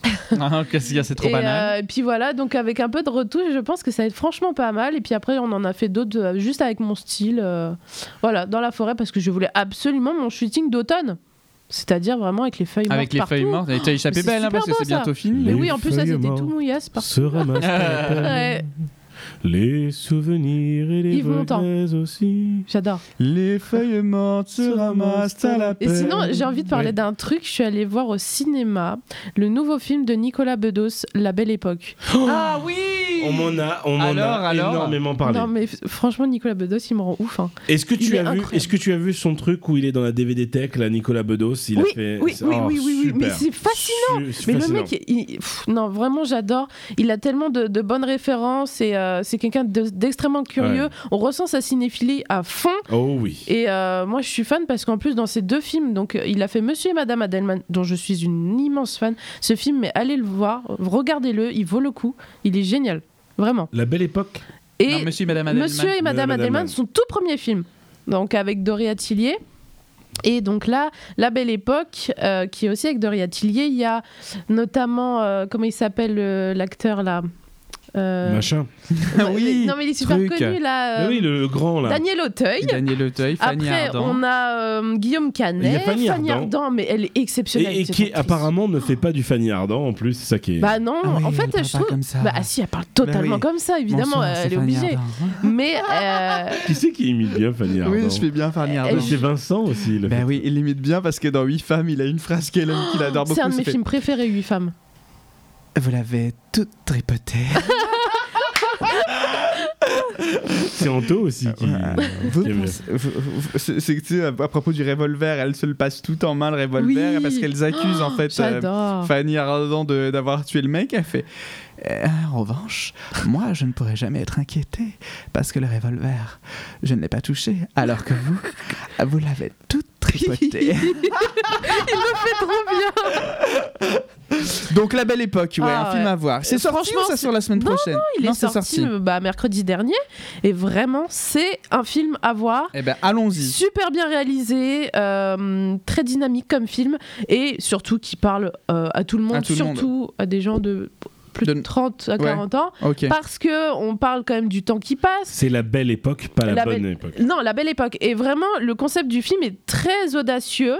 [SPEAKER 4] Ah non, qu'est-ce qu'il y a C'est trop
[SPEAKER 1] et,
[SPEAKER 4] banal.
[SPEAKER 1] euh, et puis voilà, donc avec un peu de retouche, je pense que ça va être franchement pas mal. Et puis après, on en a fait d'autres, euh, juste avec mon style, euh, voilà, dans la forêt, parce que je voulais absolument mon shooting d'automne. C'est-à-dire vraiment avec les feuilles mortes
[SPEAKER 4] Avec les
[SPEAKER 1] partout.
[SPEAKER 4] feuilles mortes. Et t'as échappé
[SPEAKER 1] mais c'est
[SPEAKER 4] belle, hein,
[SPEAKER 1] super
[SPEAKER 4] parce que
[SPEAKER 1] beau,
[SPEAKER 4] c'est
[SPEAKER 1] ça.
[SPEAKER 4] bientôt fini.
[SPEAKER 1] Mais
[SPEAKER 3] Les
[SPEAKER 1] oui, en plus, elles
[SPEAKER 3] feuilles
[SPEAKER 1] étaient tout
[SPEAKER 3] mortes
[SPEAKER 1] mouillasse partout.
[SPEAKER 3] Se ramasse la peine.
[SPEAKER 1] Ouais,
[SPEAKER 3] Les souvenirs et les
[SPEAKER 1] Yves Montand.
[SPEAKER 3] regrets aussi.
[SPEAKER 1] j'adore.
[SPEAKER 4] Les feuilles mortes
[SPEAKER 3] se ramassent à la
[SPEAKER 1] Et sinon, j'ai envie de parler
[SPEAKER 3] Euh, Ouais.
[SPEAKER 1] d'un truc. Je suis allée voir au cinéma le nouveau film de Nicolas Bedos, La Belle Époque.
[SPEAKER 4] Ah oui
[SPEAKER 3] On m'en a, on m'en
[SPEAKER 4] Alors,
[SPEAKER 3] a
[SPEAKER 4] alors
[SPEAKER 3] énormément parlé.
[SPEAKER 1] Non, mais f- franchement, Nicolas Bedos, il me rend ouf. hein.
[SPEAKER 3] Est-ce que
[SPEAKER 1] Il
[SPEAKER 3] tu
[SPEAKER 1] est
[SPEAKER 3] as vu,
[SPEAKER 1] incroyable.
[SPEAKER 3] est-ce que tu as vu son truc où il est dans la DVD Tech, là, Nicolas Bedos, il
[SPEAKER 1] Oui,
[SPEAKER 3] a fait.
[SPEAKER 1] oui,
[SPEAKER 3] c'est-
[SPEAKER 1] oui,
[SPEAKER 3] oh,
[SPEAKER 1] oui, oui, oui, mais
[SPEAKER 3] super.
[SPEAKER 1] c'est fascinant.
[SPEAKER 3] Su-
[SPEAKER 1] Mais le
[SPEAKER 3] fascinant.
[SPEAKER 1] mec, il- il- pff, non, vraiment, j'adore. Il a tellement de, de bonnes références et euh, c'est quelqu'un de- d'extrêmement curieux.
[SPEAKER 3] Ouais.
[SPEAKER 1] On ressent sa cinéphilie à fond.
[SPEAKER 3] Oh oui.
[SPEAKER 1] Et euh, moi, je suis fan parce qu'en plus, dans ces deux films, donc euh, il a fait Monsieur et Madame Adelman, dont je suis une immense fan. Ce film, mais allez le voir, regardez-le, il vaut le coup. Il est génial, vraiment.
[SPEAKER 3] La belle époque.
[SPEAKER 1] Et
[SPEAKER 4] Non, monsieur et madame Adelman.
[SPEAKER 1] Monsieur et Madame
[SPEAKER 3] Madame
[SPEAKER 1] Adelman,
[SPEAKER 3] Adelman.
[SPEAKER 1] son tout premier film, donc avec Doria Tillier. Et donc là, La Belle Époque, euh, qui est aussi avec Doria Tillier, il y a notamment, euh, comment il s'appelle euh, l'acteur là Euh,
[SPEAKER 3] Machin.
[SPEAKER 1] non,
[SPEAKER 4] Ah Oui,
[SPEAKER 1] Non mais il est super
[SPEAKER 4] truc.
[SPEAKER 1] connu là.
[SPEAKER 3] Mais
[SPEAKER 1] euh,
[SPEAKER 3] oui, le, le grand là.
[SPEAKER 1] Daniel Auteuil.
[SPEAKER 4] Daniel Auteuil, Fanny
[SPEAKER 1] Après,
[SPEAKER 4] Ardant. Ah
[SPEAKER 1] on a euh, Guillaume
[SPEAKER 3] Il y
[SPEAKER 1] Canet,
[SPEAKER 3] a Fanny Ardant.
[SPEAKER 1] Ardant, mais elle est exceptionnelle.
[SPEAKER 3] Et, et
[SPEAKER 1] cette
[SPEAKER 3] qui
[SPEAKER 1] actrice.
[SPEAKER 3] apparemment ne fait pas du Fanny Ardant en plus, c'est ça qui est.
[SPEAKER 1] Bah non,
[SPEAKER 4] Ah oui,
[SPEAKER 1] en
[SPEAKER 4] elle
[SPEAKER 1] fait,
[SPEAKER 4] parle
[SPEAKER 1] je
[SPEAKER 4] pas
[SPEAKER 1] trouve.
[SPEAKER 4] comme ça.
[SPEAKER 1] Bah ah, si, elle parle totalement
[SPEAKER 4] oui.
[SPEAKER 1] comme ça, évidemment,
[SPEAKER 4] Bonsoir, c'est
[SPEAKER 1] elle est
[SPEAKER 4] Fanny
[SPEAKER 1] obligée.
[SPEAKER 4] Ardant. hein.
[SPEAKER 1] Mais euh,
[SPEAKER 3] Qui c'est qui imite bien Fanny Ardant
[SPEAKER 5] Oui, je fais bien Fanny Ardant.
[SPEAKER 1] Elle-
[SPEAKER 3] C'est Vincent aussi. Le
[SPEAKER 5] Ben oui, il limite bien parce que dans 8 femmes, il a une phrase qu'il aime- qu'il adore beaucoup.
[SPEAKER 1] Oh, c'est un de
[SPEAKER 5] c'est
[SPEAKER 1] mes
[SPEAKER 5] fait,
[SPEAKER 1] films préférés, 8 femmes.
[SPEAKER 5] Vous l'avez toute tripotée.
[SPEAKER 3] C'est Anto aussi qui.
[SPEAKER 5] Vous
[SPEAKER 3] Qui aime
[SPEAKER 5] pensez- vous- vous- c'est c'est que, tu sais, à, à propos du revolver, elle se le passe tout en main le revolver
[SPEAKER 1] Oui. Oh!
[SPEAKER 5] parce qu'elles accusent en fait euh,
[SPEAKER 1] J'adore.
[SPEAKER 5] Fanny Ardant de- d'avoir tué le mec. Elle fait Euh, En revanche, moi je ne pourrais jamais être inquiétée parce que le revolver, je ne l'ai pas touché alors que vous, vous l'avez toute tripotée. Donc la belle époque, ouais,
[SPEAKER 1] Ah,
[SPEAKER 5] un film
[SPEAKER 1] ouais.
[SPEAKER 5] à voir. C'est
[SPEAKER 1] Euh,
[SPEAKER 5] sorti ou
[SPEAKER 1] franchement,
[SPEAKER 5] ça sort la semaine
[SPEAKER 1] Non,
[SPEAKER 5] prochaine
[SPEAKER 1] Il est
[SPEAKER 5] Non, c'est
[SPEAKER 1] sorti, euh, bah, mercredi dernier et vraiment c'est un film à voir.
[SPEAKER 5] Eh ben allons-y.
[SPEAKER 1] Super bien réalisé, euh, très dynamique comme film et surtout qui parle euh, à tout le monde,
[SPEAKER 5] tout le monde.
[SPEAKER 1] surtout à des gens de plus de,
[SPEAKER 5] De-
[SPEAKER 1] 30 à
[SPEAKER 5] Ouais.
[SPEAKER 1] 40 ans
[SPEAKER 5] Ok.
[SPEAKER 1] parce que on parle quand même du temps qui passe.
[SPEAKER 3] C'est la belle époque, pas la,
[SPEAKER 1] La
[SPEAKER 3] bonne
[SPEAKER 1] belle-
[SPEAKER 3] époque.
[SPEAKER 1] Non, la belle époque. Et vraiment, le concept du film est très audacieux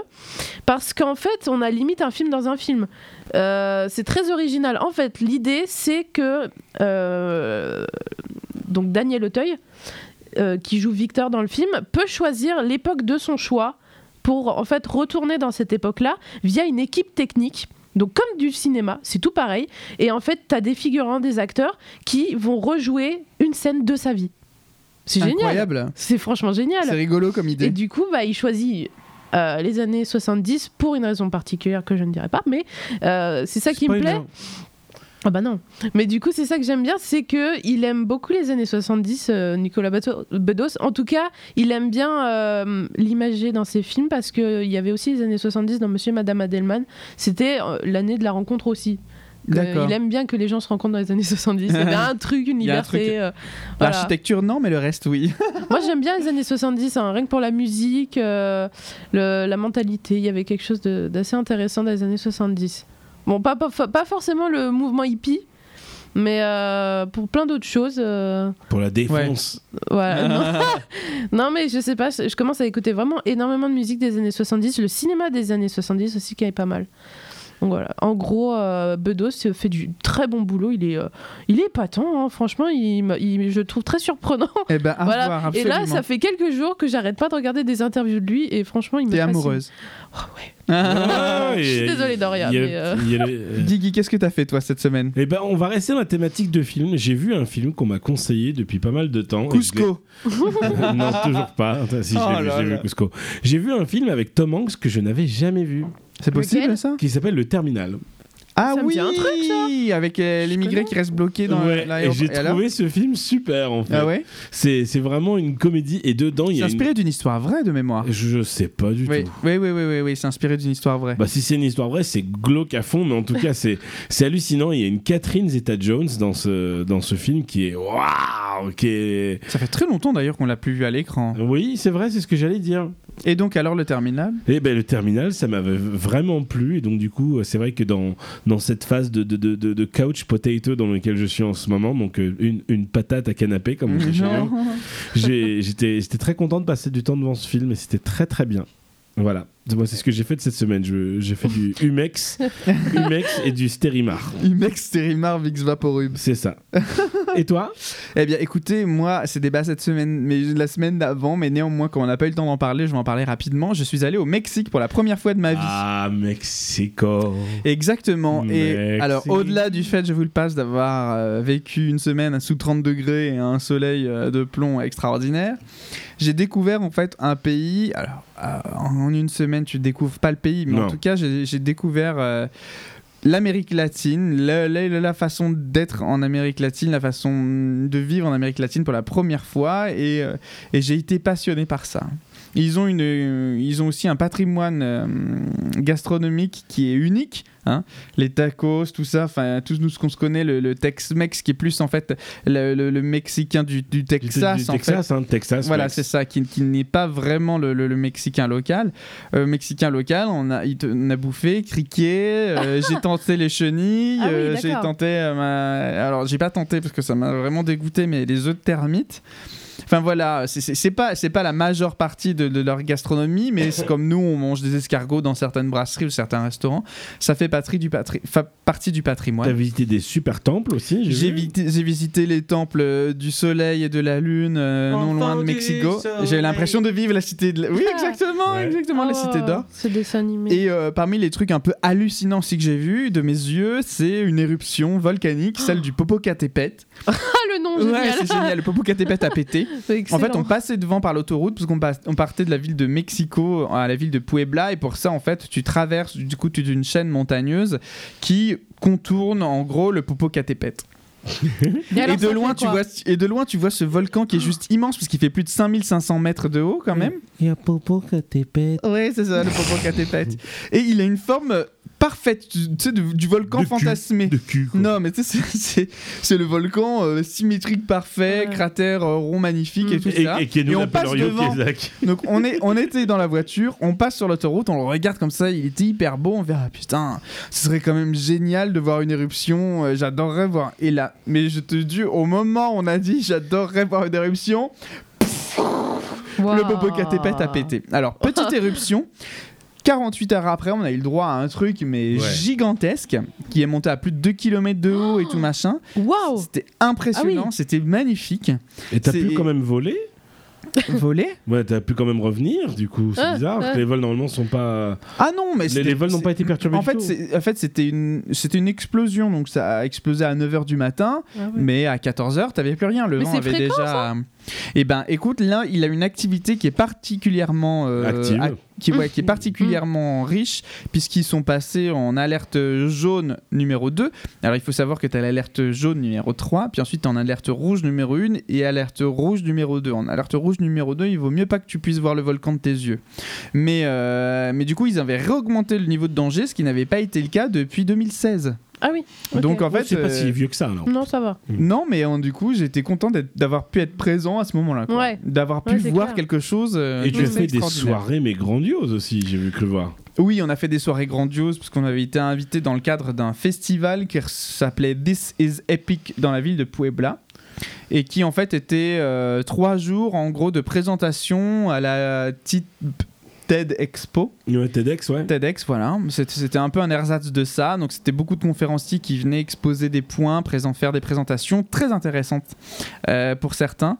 [SPEAKER 1] parce qu'en fait, on a limite un film dans un film. Euh, c'est très original. En fait, l'idée, c'est que euh, donc Daniel Auteuil, euh, qui joue Victor dans le film, peut choisir l'époque de son choix pour en fait retourner dans cette époque-là via une équipe technique. Donc comme du cinéma, c'est tout pareil. Et en fait, tu as des figurants, des acteurs qui vont rejouer une scène de sa vie. C'est génial.
[SPEAKER 5] Incroyable.
[SPEAKER 1] C'est franchement
[SPEAKER 5] C'est
[SPEAKER 1] génial.
[SPEAKER 5] rigolo comme
[SPEAKER 1] Ah, Et
[SPEAKER 5] idée.
[SPEAKER 1] du coup, bah, il choisit euh, les années 70 pour une raison particulière que je ne dirai pas, mais euh, c'est ça qui me plaît. Ah bah non. Mais du coup, c'est ça que j'aime bien, c'est que il aime beaucoup les années 70, euh, Nicolas Beto- Bedos. En tout cas, il aime bien euh, l'imager dans ses films parce qu'il y avait aussi les années 70 dans Monsieur et Madame Adelman. C'était euh, l'année de la rencontre aussi. Que-
[SPEAKER 5] D'accord.
[SPEAKER 1] Il aime bien que les gens se rencontrent dans les années 70. Il y a un truc, une
[SPEAKER 5] Il y a un truc.
[SPEAKER 1] liberté. euh, voilà.
[SPEAKER 5] L'architecture, non, mais le reste, oui.
[SPEAKER 1] Moi j'aime bien les années 70, hein, rien que pour la musique, euh, le- la mentalité, il y avait quelque chose de- d'assez intéressant dans les années 70. Bon, pas, pas, pas forcément le mouvement hippie, mais euh, pour plein d'autres choses. euh,
[SPEAKER 3] Pour la défense.
[SPEAKER 1] voilà, non. Non, mais je sais pas, je je commence à écouter vraiment énormément de musique des années 70, le cinéma des années 70 aussi qui est pas mal. Donc voilà, en gros, euh, Bedos euh, fait du très bon boulot, il est, euh, il est épatant, hein, franchement, il, me- il- je le trouve très surprenant.
[SPEAKER 5] Eh ben, à
[SPEAKER 1] Voilà.
[SPEAKER 5] voir,
[SPEAKER 1] Et
[SPEAKER 5] absolument.
[SPEAKER 1] là, ça fait quelques jours que j'arrête pas de regarder des interviews de lui et franchement, il me
[SPEAKER 5] T'es
[SPEAKER 1] fascine.
[SPEAKER 5] amoureuse.
[SPEAKER 1] Oh, ouais.
[SPEAKER 3] Ah,
[SPEAKER 1] Je suis
[SPEAKER 3] et-
[SPEAKER 1] désolée, Doria,
[SPEAKER 3] il y a-
[SPEAKER 1] mais, euh,
[SPEAKER 3] il y a le-
[SPEAKER 5] Guigui, qu'est-ce que t'as fait, toi, cette semaine
[SPEAKER 3] Eh ben, on va rester dans la thématique de film. J'ai vu un film qu'on m'a conseillé depuis pas mal de temps.
[SPEAKER 5] Cusco.
[SPEAKER 3] non, toujours pas. Attends, si, je l'ai
[SPEAKER 5] Oh
[SPEAKER 3] vu,
[SPEAKER 5] là
[SPEAKER 3] j'ai vu
[SPEAKER 5] là.
[SPEAKER 3] Cusco. J'ai vu un film avec Tom Hanks que je n'avais jamais vu,
[SPEAKER 5] C'est possible,
[SPEAKER 1] Lequel
[SPEAKER 5] ça
[SPEAKER 3] qui s'appelle Le Terminal.
[SPEAKER 4] Ah
[SPEAKER 1] Ça me
[SPEAKER 4] oui,
[SPEAKER 1] dit un truc,
[SPEAKER 4] avec euh,
[SPEAKER 1] Je
[SPEAKER 4] l'immigré
[SPEAKER 1] connais.
[SPEAKER 4] qui reste bloqué dans
[SPEAKER 3] Ouais, et
[SPEAKER 4] l'aéroport.
[SPEAKER 3] j'ai
[SPEAKER 4] alors
[SPEAKER 3] trouvé ce film super en fait.
[SPEAKER 4] Ah ouais
[SPEAKER 3] c'est, c'est vraiment une comédie et dedans il y
[SPEAKER 4] C'est
[SPEAKER 3] a une...
[SPEAKER 4] inspiré d'une histoire vraie de mémoire.
[SPEAKER 3] Je sais pas du
[SPEAKER 4] Oui,
[SPEAKER 3] tout.
[SPEAKER 4] oui, oui, oui, oui, oui, c'est inspiré d'une histoire vraie.
[SPEAKER 3] Bah, si c'est une histoire vraie, c'est glauque à fond, mais en tout cas, c'est c'est hallucinant. Il y a une Catherine Zeta-Jones dans ce, dans ce film qui est waouh, qui est.
[SPEAKER 4] Ça fait très longtemps d'ailleurs qu'on l'a plus vu à l'écran.
[SPEAKER 3] Oui, c'est vrai, c'est ce que j'allais dire.
[SPEAKER 4] Et donc alors le terminal
[SPEAKER 3] Et ben le terminal, ça m'avait vraiment plu, et donc du coup, c'est vrai que dans, dans cette phase de, de, de, de- de couch potato dans laquelle je suis en ce moment, donc euh, une, une patate à canapé, comme on dit chez nous,
[SPEAKER 4] Non.
[SPEAKER 3] j'ai- j'étais j'étais très content de passer du temps devant ce film, et c'était très très bien. Voilà, moi c'est ce que j'ai fait de cette semaine. Je- J'ai fait du Humex, Humex et du Stérimar.
[SPEAKER 4] Imex Terimar Vix Vaporub.
[SPEAKER 3] C'est ça. Et toi
[SPEAKER 4] Eh bien écoutez, moi c'est débat cette semaine, mais la semaine d'avant, mais néanmoins quand on n'a pas eu le temps d'en parler, je vais en parler rapidement. Je suis allé au Mexique pour la première fois de ma vie.
[SPEAKER 3] Ah, Mexico.
[SPEAKER 4] Exactement. Et
[SPEAKER 3] Mexique.
[SPEAKER 4] alors, au-delà du fait, je vous le passe, d'avoir euh, vécu une semaine sous 30 degrés et un soleil euh, de plomb extraordinaire, j'ai découvert en fait un pays. Alors, euh, en une semaine, tu découvres pas le pays, mais en
[SPEAKER 3] Non.
[SPEAKER 4] tout cas, j'ai j'ai découvert. euh, L'Amérique latine, le- le- la façon d'être en Amérique latine, la façon de vivre en Amérique latine pour la première fois, et, euh, et j'ai été passionné par ça. Ils ont, une, euh, ils ont aussi un patrimoine euh, gastronomique qui est unique. hein. Les tacos, tout ça, enfin, tout nous ce qu'on se connaît, le, le Tex-Mex qui est plus en fait le, le- le mexicain du, du Texas.
[SPEAKER 3] Du- du
[SPEAKER 4] en fait.
[SPEAKER 3] Texas, hein, Texas.
[SPEAKER 4] Voilà,
[SPEAKER 3] Mex.
[SPEAKER 4] c'est ça, qui, qui n'est pas vraiment le, le- le mexicain local. Euh, mexicain local, on a, il te- on a bouffé, criquet, euh, j'ai tenté les chenilles,
[SPEAKER 1] Ah oui,
[SPEAKER 4] euh, j'ai
[SPEAKER 1] d'accord.
[SPEAKER 4] tenté euh, ma- Alors, j'ai pas tenté parce que ça m'a vraiment dégoûté, mais les œufs de termites. Enfin voilà, c'est- c'est c'est pas, c'est pas la majeure partie de, de leur gastronomie, mais c'est comme nous, on mange des escargots dans certaines brasseries ou certains restaurants. Ça fait patrie du patri- fa- partie du
[SPEAKER 3] T'as
[SPEAKER 4] patrimoine.
[SPEAKER 3] visité des super temples aussi
[SPEAKER 4] J'ai
[SPEAKER 3] vu.
[SPEAKER 4] visité, j'ai visité les temples euh, du soleil et de la lune euh, non
[SPEAKER 3] Enfant
[SPEAKER 4] loin de
[SPEAKER 3] du
[SPEAKER 4] Mexico.
[SPEAKER 3] soleil.
[SPEAKER 4] J'ai l'impression de vivre la cité de la- Oui,
[SPEAKER 1] Ah. Oh.
[SPEAKER 4] exactement,
[SPEAKER 3] Ouais.
[SPEAKER 4] exactement, la cité d'or.
[SPEAKER 1] Ce dessin animé.
[SPEAKER 4] Et euh, parmi les trucs un peu hallucinants aussi que j'ai vu de mes yeux, c'est une éruption volcanique, celle du Popocatépetl.
[SPEAKER 1] Ah, le nom
[SPEAKER 4] Ouais,
[SPEAKER 1] génial.
[SPEAKER 4] c'est génial, le Popocatépetl a pété. En fait, on passait devant par l'autoroute parce qu'on passe- on partait de la ville de Mexico à la ville de Puebla et pour ça, en fait, tu traverses du coup toute une chaîne montagneuse qui contourne en gros le Popocatépetl.
[SPEAKER 1] Et alors,
[SPEAKER 4] Et de,
[SPEAKER 1] ça
[SPEAKER 4] loin,
[SPEAKER 1] fait
[SPEAKER 4] tu
[SPEAKER 1] quoi
[SPEAKER 4] vois, et de loin, tu vois ce volcan qui est juste immense, parce qu'il fait plus de 5500 mètres de haut quand même.
[SPEAKER 1] Mm.
[SPEAKER 5] Il y a Popo que t'es bête.
[SPEAKER 4] Oui, c'est ça, le Popocatépetl. et il a une forme euh, parfaite, tu tu sais, du, du volcan
[SPEAKER 3] De cul.
[SPEAKER 4] fantasmé.
[SPEAKER 3] de cul. quoi.
[SPEAKER 4] Non, mais tu sais, c'est- c'est- c'est le volcan euh, symétrique parfait,
[SPEAKER 1] Ouais.
[SPEAKER 4] cratère euh, rond magnifique et
[SPEAKER 1] Mm.
[SPEAKER 4] tout
[SPEAKER 3] Et,
[SPEAKER 4] ça.
[SPEAKER 3] et qui est nous
[SPEAKER 4] on passe
[SPEAKER 3] Napoléon
[SPEAKER 4] devant.
[SPEAKER 3] Kiesak.
[SPEAKER 4] Donc on, est, on était dans la voiture, on passe sur l'autoroute, on le regarde comme ça, il était hyper beau, on verra, putain, ce serait quand même génial de voir une éruption, euh, j'adorerais voir. Et là, mais je te dis, au moment où on a dit j'adorerais voir une éruption, le
[SPEAKER 1] Waouh.
[SPEAKER 4] Popocatépetl a pété. Alors, petite éruption. 48 heures après, on a eu le droit à un truc mais
[SPEAKER 3] Ouais.
[SPEAKER 4] gigantesque qui est monté à plus de 2 km de haut et tout machin.
[SPEAKER 1] Waouh
[SPEAKER 4] C'était impressionnant,
[SPEAKER 1] Oh. Ah oui.
[SPEAKER 4] c'était magnifique.
[SPEAKER 3] Et t'as
[SPEAKER 4] C'est-
[SPEAKER 3] pu quand même voler
[SPEAKER 4] Volé
[SPEAKER 3] Ouais, t'as pu quand même revenir, du coup. C'est
[SPEAKER 1] Ah,
[SPEAKER 3] bizarre. parce que
[SPEAKER 1] ah.
[SPEAKER 3] Les vols, normalement, sont pas.
[SPEAKER 4] Ah non, mais
[SPEAKER 3] Les,
[SPEAKER 4] c'était-
[SPEAKER 3] les vols n'ont pas été perturbés.
[SPEAKER 4] En
[SPEAKER 3] du
[SPEAKER 4] fait,
[SPEAKER 3] tout.
[SPEAKER 4] c'est- en fait, c'était une, c'était une explosion, donc ça a explosé à 9h du matin,
[SPEAKER 1] Ah ouais.
[SPEAKER 4] mais à 14h, t'avais plus rien. Le
[SPEAKER 1] Mais
[SPEAKER 4] vent
[SPEAKER 1] c'est
[SPEAKER 4] avait
[SPEAKER 1] fréquent,
[SPEAKER 4] déjà. Eh ben, écoute, là, il a une activité qui est particulièrement euh,
[SPEAKER 3] Active.
[SPEAKER 4] ac- qui, ouais,
[SPEAKER 1] Mmh.
[SPEAKER 4] qui est particulièrement riche, puisqu'ils sont passés en alerte jaune numéro 2. Alors, il faut savoir que t'as l'alerte jaune numéro 3, puis ensuite t'as en alerte rouge numéro 1 et alerte rouge numéro 2. En alerte rouge numéro 2, il vaut mieux pas que tu puisses voir le volcan de tes yeux. Mais, euh, mais du coup, ils avaient réaugmenté le niveau de danger, ce qui n'avait pas été le cas depuis 2016.
[SPEAKER 1] Ah oui. ok.
[SPEAKER 4] Donc en
[SPEAKER 3] Ouais,
[SPEAKER 4] fait,
[SPEAKER 3] c'est pas
[SPEAKER 4] euh,
[SPEAKER 3] si vieux que ça, alors.
[SPEAKER 1] Non, ça va.
[SPEAKER 4] non, mais euh, du coup, j'étais content d'être- d'avoir pu être présent à ce moment-là. quoi.
[SPEAKER 1] Ouais.
[SPEAKER 4] D'avoir pu
[SPEAKER 1] Ouais, c'est
[SPEAKER 4] voir
[SPEAKER 1] clair.
[SPEAKER 4] quelque chose. euh,
[SPEAKER 3] Et tu as
[SPEAKER 4] d'assez
[SPEAKER 3] fait des
[SPEAKER 4] extraordinaire.
[SPEAKER 3] soirées, mais grandioses aussi, j'ai vu que le voir.
[SPEAKER 4] Oui, on a fait des soirées grandioses parce qu'on avait été invité dans le cadre d'un festival qui s'appelait This is Epic dans la ville de Puebla et qui en fait était euh, trois jours en gros de présentation à la petite TED Expo.
[SPEAKER 3] Ouais, TEDx, ouais.
[SPEAKER 4] TEDx, voilà. C'était c'était un peu un ersatz de ça. Donc, c'était beaucoup de conférenciers qui venaient exposer des points, présent, faire des présentations très intéressantes euh, pour certains.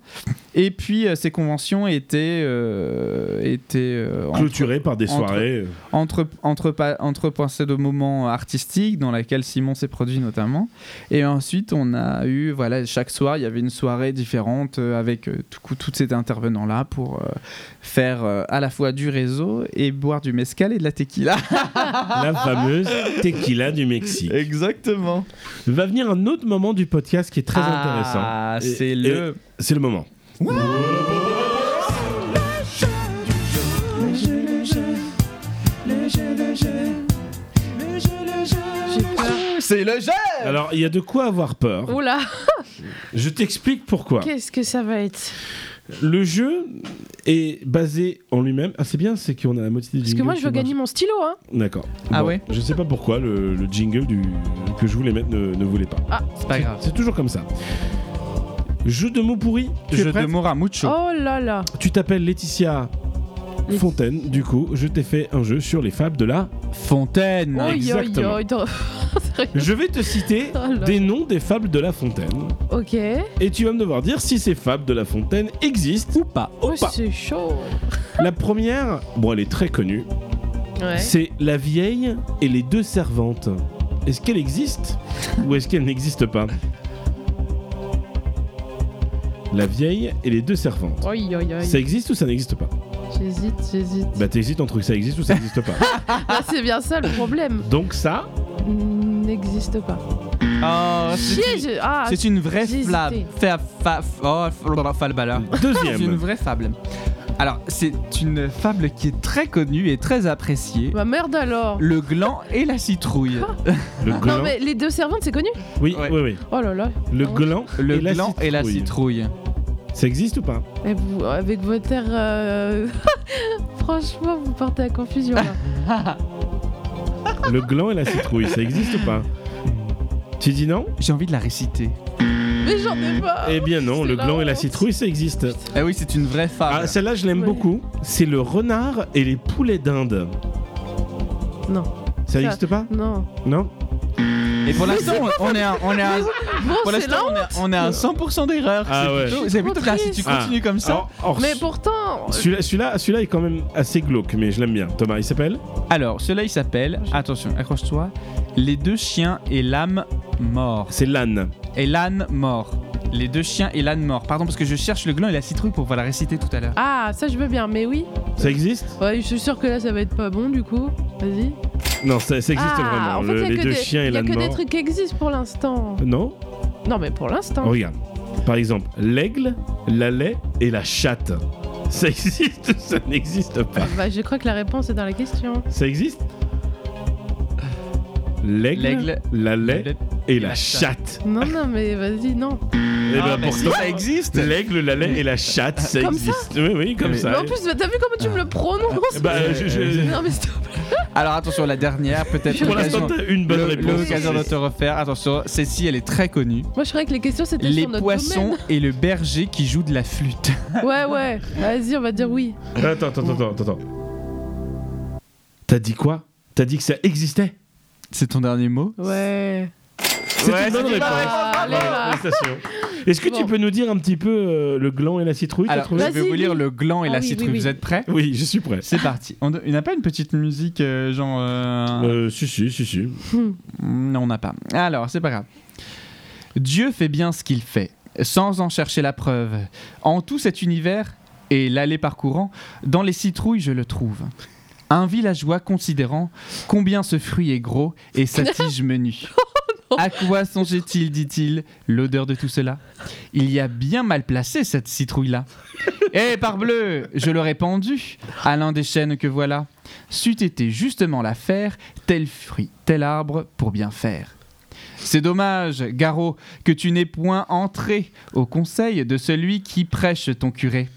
[SPEAKER 4] Et puis, euh, ces conventions étaient, euh, étaient euh, entre-
[SPEAKER 3] Clôturé par des
[SPEAKER 4] entre-
[SPEAKER 3] soirées. euh,
[SPEAKER 4] entre, entre, pa- entrepincé de moments artistiques dans laquelle Simon s'est produit notamment. Et ensuite, on a eu, voilà, chaque soir, il y avait une soirée différente euh, avec euh, tout coup, tous ces intervenants-là pour euh, faire euh, à la fois du réseau et boire du mescal et de la tequila.
[SPEAKER 3] La fameuse tequila du Mexique.
[SPEAKER 4] Exactement.
[SPEAKER 3] Va venir un autre moment du podcast qui est très
[SPEAKER 4] Ah,
[SPEAKER 3] intéressant. Et-
[SPEAKER 4] C'est
[SPEAKER 3] et
[SPEAKER 4] le.
[SPEAKER 3] C'est le moment.
[SPEAKER 1] J'ai peur.
[SPEAKER 4] C'est le jeu
[SPEAKER 3] Alors, il y a de quoi avoir peur.
[SPEAKER 1] Oula,
[SPEAKER 3] Je t'explique pourquoi.
[SPEAKER 1] Oh qu'est-ce que ça va être
[SPEAKER 3] Le jeu est basé en lui-même. Ah, c'est bien, c'est qu'on a la moitié du
[SPEAKER 1] Parce que moi, je veux gagner mon stylo, hein.
[SPEAKER 3] D'accord.
[SPEAKER 4] Ah ouais
[SPEAKER 3] Je sais pas pourquoi le, le jingle du, que je voulais mettre ne, ne voulait pas.
[SPEAKER 4] C'est pas grave.
[SPEAKER 3] C'est toujours comme ça. Jeu de mots pourris. Tu es
[SPEAKER 4] Jeu de
[SPEAKER 3] prête
[SPEAKER 4] Mora Mucho.
[SPEAKER 1] Oh là là.
[SPEAKER 3] Tu t'appelles Laetitia
[SPEAKER 1] Les-
[SPEAKER 3] Fontaine. Du coup, je t'ai fait un jeu sur les fables de la.
[SPEAKER 6] Fontaine.
[SPEAKER 1] Oh, yo,
[SPEAKER 3] Exactement.
[SPEAKER 1] yo, attends. Sérieux.
[SPEAKER 3] Je vais te citer
[SPEAKER 1] Oh là.
[SPEAKER 3] des noms des fables de la Fontaine.
[SPEAKER 1] Ok.
[SPEAKER 3] Et tu vas me devoir dire si ces fables de la Fontaine existent ou pas.
[SPEAKER 1] Oh, c'est chaud.
[SPEAKER 3] La première, bon, elle est très connue.
[SPEAKER 1] Ouais.
[SPEAKER 3] C'est la vieille et les deux servantes. Est-ce qu'elle existe ou est-ce qu'elle n'existe pas La vieille et les deux servantes.
[SPEAKER 1] Oh, yo, yo, yo.
[SPEAKER 3] Ça existe ou ça n'existe pas
[SPEAKER 1] J'hésite, j'hésite.
[SPEAKER 3] Bah t'hésites entre ça existe ou ça n'existe pas.
[SPEAKER 1] Là, c'est bien ça le problème.
[SPEAKER 3] Donc ça,
[SPEAKER 1] N'existe pas.
[SPEAKER 4] Oh,
[SPEAKER 1] Chier,
[SPEAKER 4] c'est-
[SPEAKER 1] j'ai- Ah,
[SPEAKER 4] c'est une vraie
[SPEAKER 1] j'ai
[SPEAKER 4] fable.
[SPEAKER 1] hésité.
[SPEAKER 4] Fa- fa- fa- oh,
[SPEAKER 1] Ah.
[SPEAKER 4] falbala. C'est une
[SPEAKER 3] deuxième.
[SPEAKER 4] vraie fable. Alors, c'est une fable qui est très connue et très appréciée.
[SPEAKER 1] bah merde alors.
[SPEAKER 4] Le gland et la citrouille.
[SPEAKER 1] Ah.
[SPEAKER 3] Le gland.
[SPEAKER 1] Non, mais les deux servantes, c'est connu
[SPEAKER 3] Oui,
[SPEAKER 4] Ouais.
[SPEAKER 3] oui, oui.
[SPEAKER 1] Oh là là.
[SPEAKER 3] Le
[SPEAKER 1] Ah ouais.
[SPEAKER 3] gland,
[SPEAKER 4] Le
[SPEAKER 3] et,
[SPEAKER 4] gland
[SPEAKER 3] la
[SPEAKER 4] et la citrouille.
[SPEAKER 3] Ça existe ou pas
[SPEAKER 1] Eh, vous- avec votre air. euh, Franchement, vous portez à confusion là.
[SPEAKER 3] Le gland et la citrouille, ça existe ou pas Tu dis non
[SPEAKER 4] J'ai envie de la réciter.
[SPEAKER 1] Mais j'en ai pas
[SPEAKER 3] Eh bien non,
[SPEAKER 1] C'est
[SPEAKER 3] le
[SPEAKER 1] la
[SPEAKER 3] gland et la
[SPEAKER 1] honte.
[SPEAKER 3] citrouille, ça existe.
[SPEAKER 4] Ah oui, c'est une vraie fable.
[SPEAKER 3] Ah, celle-là, je l'aime
[SPEAKER 1] Ouais.
[SPEAKER 3] beaucoup. C'est le renard et les poulets d'Inde.
[SPEAKER 1] Non.
[SPEAKER 3] Ça n'existe pas
[SPEAKER 1] Non.
[SPEAKER 3] Non
[SPEAKER 4] et pour l'instant, on- on est à, on est à-
[SPEAKER 1] Bon, c'est
[SPEAKER 4] pour
[SPEAKER 1] là.
[SPEAKER 4] l'instant, on est à- on est à 100% d'erreur.
[SPEAKER 3] Ah
[SPEAKER 4] c'est
[SPEAKER 3] ouais.
[SPEAKER 4] plutôt,
[SPEAKER 1] Je
[SPEAKER 4] c'est
[SPEAKER 1] suis
[SPEAKER 4] plutôt
[SPEAKER 1] trop
[SPEAKER 4] clair, si
[SPEAKER 1] triste.
[SPEAKER 4] tu continues comme ça.
[SPEAKER 3] Alors, alors,
[SPEAKER 1] Mais euh,
[SPEAKER 3] ce-
[SPEAKER 1] pourtant.
[SPEAKER 3] Ah, oh, Celui-là, celui-là, celui-là est quand même assez glauque, mais je l'aime bien. Thomas, il s'appelle
[SPEAKER 4] Alors, cela il s'appelle, attention, accroche-toi, Les deux chiens et l'âme mort.
[SPEAKER 3] C'est l'âne.
[SPEAKER 4] Et l'âne mort. Les deux chiens et l'âne mort. Pardon, parce que je cherche le gland et la citrouille pour pouvoir la réciter tout à l'heure.
[SPEAKER 1] Ah, ça je veux bien, mais oui.
[SPEAKER 3] Ça existe
[SPEAKER 1] Ouais, je suis sûre que là ça va être pas bon du coup. Vas-y.
[SPEAKER 3] Non, ça, ça existe
[SPEAKER 1] ah,
[SPEAKER 3] vraiment.
[SPEAKER 1] en fait,
[SPEAKER 3] Le-
[SPEAKER 1] y a
[SPEAKER 3] les
[SPEAKER 1] que
[SPEAKER 3] deux
[SPEAKER 1] des-
[SPEAKER 3] chiens et
[SPEAKER 1] y a
[SPEAKER 3] l'âne
[SPEAKER 1] que des
[SPEAKER 3] mort. Euh,
[SPEAKER 1] trucs qui existent pour l'instant.
[SPEAKER 3] Non
[SPEAKER 1] Non, mais pour l'instant.
[SPEAKER 3] Regarde. Par exemple, l'aigle, la lait et la chatte. Ça existe ou ça n'existe pas
[SPEAKER 1] Bah, je crois que la réponse est dans la question.
[SPEAKER 3] Ça existe L'aigle,
[SPEAKER 4] L'aigle,
[SPEAKER 3] la lait et la
[SPEAKER 4] la
[SPEAKER 3] chatte. Eh
[SPEAKER 1] Non, non, mais vas-y, non.
[SPEAKER 3] Et
[SPEAKER 4] Ah, bah si,
[SPEAKER 3] pourtant,
[SPEAKER 4] ça existe.
[SPEAKER 3] l'aigle, la lait et la chatte, ça
[SPEAKER 1] Comme ça
[SPEAKER 3] existe. oui, oui, comme
[SPEAKER 4] Mais
[SPEAKER 1] Mais
[SPEAKER 3] ça.
[SPEAKER 1] en plus, bah, t'as vu comment tu me le prononces
[SPEAKER 3] Bah, euh, je- je-
[SPEAKER 1] Non, mais stop.
[SPEAKER 4] Alors attention, la dernière, peut-être.
[SPEAKER 3] pour l'instant, t'as une bonne
[SPEAKER 4] Le-
[SPEAKER 3] réponse.
[SPEAKER 4] L'occasion de te refaire. Attention, celle-ci, elle est très connue.
[SPEAKER 1] Moi, je croyais que les questions c'était
[SPEAKER 4] Les
[SPEAKER 1] sur notre
[SPEAKER 4] poissons
[SPEAKER 1] domaine.
[SPEAKER 4] et le berger qui joue de la flûte.
[SPEAKER 1] Ouais, ouais. Vas-y, on va dire oui.
[SPEAKER 3] Attends, attends, attends, attends, attends. T'as dit quoi T'as dit que ça existait
[SPEAKER 4] C'est ton dernier mot
[SPEAKER 1] Ouais.
[SPEAKER 3] C'est une bonne réponse.
[SPEAKER 1] Ah, allez, là.
[SPEAKER 3] Félicitations. Est-ce que tu
[SPEAKER 1] Bon.
[SPEAKER 3] peux nous dire un petit peu euh, le gland et la citrouille t'as
[SPEAKER 4] Alors,
[SPEAKER 3] trouvé
[SPEAKER 4] je
[SPEAKER 1] Vas-y,
[SPEAKER 4] vais vous lire
[SPEAKER 1] oui.
[SPEAKER 4] le gland et
[SPEAKER 1] Ah
[SPEAKER 4] la
[SPEAKER 1] oui, oui,
[SPEAKER 4] citrouille.
[SPEAKER 1] oui.
[SPEAKER 4] Vous êtes prêts
[SPEAKER 3] Oui, je suis prêt.
[SPEAKER 4] C'est parti. On de- Il n'y a pas une petite musique, euh, genre. euh,
[SPEAKER 3] Euh, si, si, si, si.
[SPEAKER 4] Non, Mm, on n'a pas. Alors, c'est pas grave. Dieu fait bien ce qu'il fait, sans en chercher la preuve. En tout cet univers, et l'allée parcourant, dans les citrouilles je le trouve. Un villageois considérant combien ce fruit est gros et sa tige menue. À quoi songeait-il, dit-il, l'odeur de tout cela Il y a bien mal placé cette citrouille-là. Eh parbleu, je l'aurais pendu à l'un des chênes que voilà. C'eût été justement l'affaire, tel fruit, tel arbre pour bien faire. C'est dommage, Garot, que tu n'aies point entré au conseil de celui qui prêche ton curé.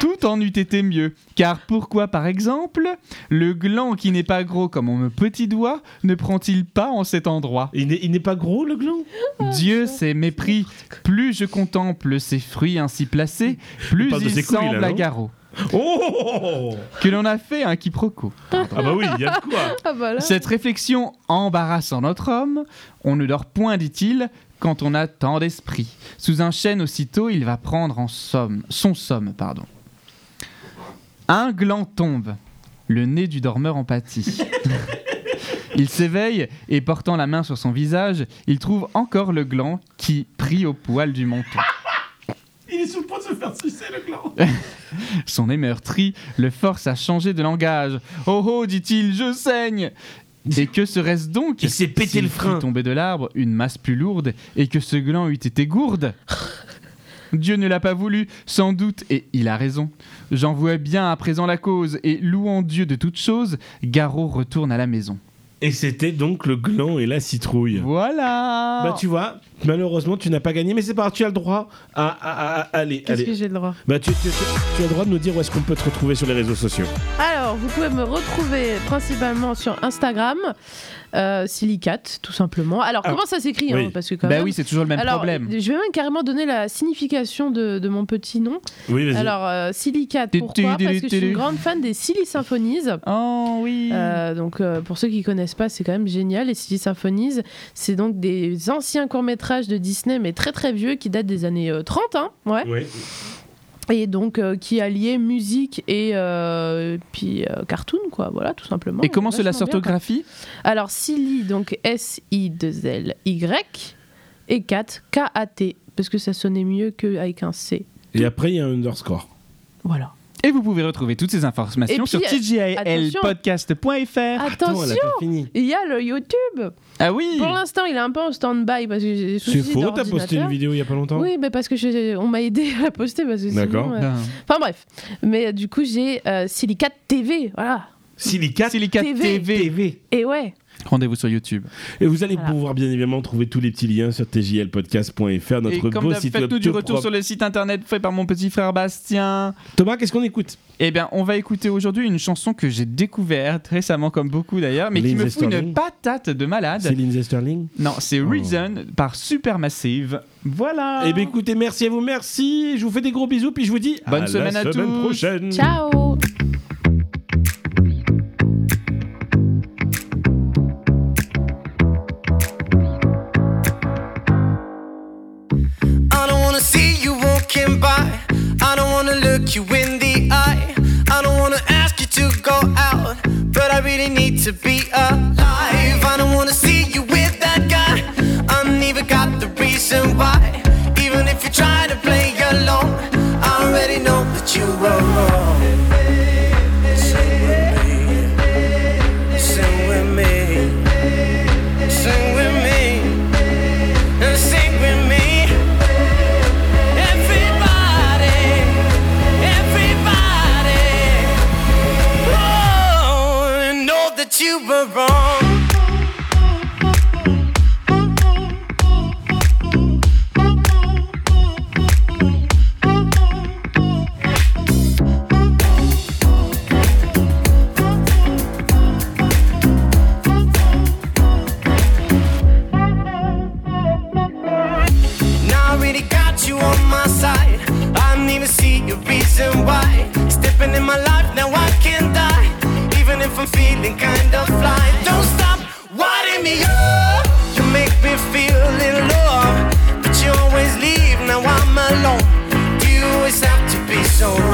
[SPEAKER 4] Tout en eût été mieux, car pourquoi par exemple le gland qui n'est pas gros comme mon petit doigt ne prend-il pas en cet endroit
[SPEAKER 3] Il n'est- il n'est pas gros le gland
[SPEAKER 4] Dieu s'est mépris, plus je contemple ces fruits ainsi placés, plus
[SPEAKER 3] parle de
[SPEAKER 4] il
[SPEAKER 3] ses couilles, là,
[SPEAKER 4] semble à
[SPEAKER 3] non
[SPEAKER 4] Garot
[SPEAKER 3] Oh
[SPEAKER 4] que l'on a fait un quiproquo.
[SPEAKER 3] Ah bah oui, il y a de quoi
[SPEAKER 1] Ah, bah là.
[SPEAKER 4] Cette réflexion embarrassant notre homme. On ne dort point, dit-il, quand on a tant d'esprit. Sous un chêne aussitôt, il va prendre en somme, son somme, pardon. Un gland tombe, le nez du dormeur en pâtit. Il s'éveille et portant la main sur son visage, il trouve encore le gland qui pris au poil du menton.
[SPEAKER 3] Il est sous le point de se faire sucer le clan.
[SPEAKER 4] Son nez meurtri le force à changer de langage. Oh oh, dit-il, je saigne Et que serait-ce donc
[SPEAKER 3] Il s'est pété
[SPEAKER 4] s'il
[SPEAKER 3] le
[SPEAKER 4] fût
[SPEAKER 3] frein.
[SPEAKER 4] tombé de l'arbre, une masse plus lourde, et que ce gland eût été gourde Dieu ne l'a pas voulu, sans doute, et il a raison. J'en vois bien à présent la cause, et louant Dieu de toutes choses, Garot retourne à la maison.
[SPEAKER 3] Et c'était donc le gland et la citrouille.
[SPEAKER 4] Voilà
[SPEAKER 3] Bah tu vois, malheureusement tu n'as pas gagné, mais c'est pas grave, tu as le droit à, à- à- à- allez,
[SPEAKER 1] Qu'est-ce
[SPEAKER 3] allez.
[SPEAKER 1] que j'ai le droit
[SPEAKER 3] Bah tu, tu- tu- tu as le droit de nous dire où est-ce qu'on peut te retrouver sur les réseaux sociaux.
[SPEAKER 1] Alors, vous pouvez me retrouver principalement sur Instagram, euh, Silicate, tout simplement. Alors,
[SPEAKER 3] Ah,
[SPEAKER 1] comment ça s'écrit
[SPEAKER 3] oui.
[SPEAKER 1] hein, Parce que quand
[SPEAKER 4] Bah
[SPEAKER 1] même-
[SPEAKER 4] oui, c'est toujours le même
[SPEAKER 1] Alors,
[SPEAKER 4] problème.
[SPEAKER 1] je vais même carrément donner la signification de, de mon petit nom.
[SPEAKER 3] Oui, vas-y.
[SPEAKER 1] Alors, euh, Silicate,
[SPEAKER 4] Tu-
[SPEAKER 1] pourquoi
[SPEAKER 4] tu-
[SPEAKER 1] Parce
[SPEAKER 4] tu-
[SPEAKER 1] que je suis
[SPEAKER 4] tu-
[SPEAKER 1] une grande fan des Silly Symphonies.
[SPEAKER 4] Oh oui
[SPEAKER 1] Euh, donc euh, pour ceux qui connaissent pas, c'est quand même génial. Les Silly Symphonies, c'est donc des anciens courts-métrages de Disney, mais très très vieux, qui datent des années euh, 30, hein, ouais.
[SPEAKER 3] Ouais.
[SPEAKER 1] Et donc euh, qui alliaient musique et euh, puis euh, cartoon, quoi, voilà, tout simplement.
[SPEAKER 4] Et comment cela
[SPEAKER 1] bah, Vachement bien, quoi.
[SPEAKER 4] s'orthographie
[SPEAKER 1] Alors Silly, donc S-I-2-L-Y, et 4, K-A-T, parce que ça sonnait mieux qu'avec un C.
[SPEAKER 3] Et après il y a un underscore.
[SPEAKER 1] Voilà.
[SPEAKER 4] Et vous pouvez retrouver toutes ces
[SPEAKER 1] Et
[SPEAKER 4] informations
[SPEAKER 1] puis, Ah,
[SPEAKER 4] sur
[SPEAKER 1] euh,
[SPEAKER 4] tjilpodcast.fr.
[SPEAKER 3] Attends,
[SPEAKER 1] Attention,
[SPEAKER 3] elle a pas fini.
[SPEAKER 1] il y a le YouTube.
[SPEAKER 4] Ah oui
[SPEAKER 1] Pour l'instant, il est un peu en stand-by parce que j'ai des
[SPEAKER 3] C'est
[SPEAKER 1] soucis
[SPEAKER 3] faux, t'as posté
[SPEAKER 1] d'ordinateur.
[SPEAKER 3] une vidéo il y a pas longtemps
[SPEAKER 1] Oui, mais parce que j'ai- on m'a aidé à la poster parce que sinon,
[SPEAKER 3] D'accord.
[SPEAKER 1] euh,
[SPEAKER 4] Ben,
[SPEAKER 1] Enfin bref, mais euh, du coup j'ai euh, Silicate TV, voilà.
[SPEAKER 3] Silica
[SPEAKER 4] Silica
[SPEAKER 1] TV.
[SPEAKER 4] TV.
[SPEAKER 1] Et ouais,
[SPEAKER 4] Rendez-vous sur YouTube.
[SPEAKER 3] Et vous allez
[SPEAKER 1] Voilà.
[SPEAKER 3] pouvoir bien évidemment trouver tous les petits liens sur tjlpodcast.fr, notre
[SPEAKER 4] Et comme
[SPEAKER 3] beau
[SPEAKER 4] d'hab,
[SPEAKER 3] site web.
[SPEAKER 4] faites-nous du
[SPEAKER 3] tout
[SPEAKER 4] retour
[SPEAKER 3] propre.
[SPEAKER 4] sur le site internet fait par mon petit frère Bastien.
[SPEAKER 3] Thomas, qu'est-ce qu'on écoute
[SPEAKER 4] Eh bien, on va écouter aujourd'hui une chanson que j'ai découverte récemment, comme beaucoup d'ailleurs, mais qui
[SPEAKER 3] Lindsay
[SPEAKER 4] me fout une
[SPEAKER 3] Sterling.
[SPEAKER 4] patate de malade.
[SPEAKER 3] Céline Zesterling
[SPEAKER 4] Non, c'est Reason par Supermassive. Voilà
[SPEAKER 3] Eh bien écoutez, merci à vous, merci. Je vous fais des gros bisous, puis je vous dis
[SPEAKER 4] Bonne
[SPEAKER 3] à
[SPEAKER 4] semaine
[SPEAKER 3] la
[SPEAKER 4] à
[SPEAKER 3] semaine
[SPEAKER 4] tous.
[SPEAKER 3] prochaine.
[SPEAKER 1] ciao
[SPEAKER 7] I don't wanna see you walking by. I don't wanna look you in the eye. I don't wanna ask you to go out, but I really need to be alive. I don't wanna see you with that guy. I never got the reason why. Even if you try to play along, I already know that you were wrong. Sing with me. Sing with me. Sing with me. Sing with me. Everybody, everybody, oh, know that you were wrong. Now I really got you on my side. I don't even see a reason why. Stepping in my life, now I can die. Even if I'm feeling kind of fly. Don't stop winding me up. You make me feel in love. But you always leave, now I'm alone. Do you always have to be so wrong? Oh,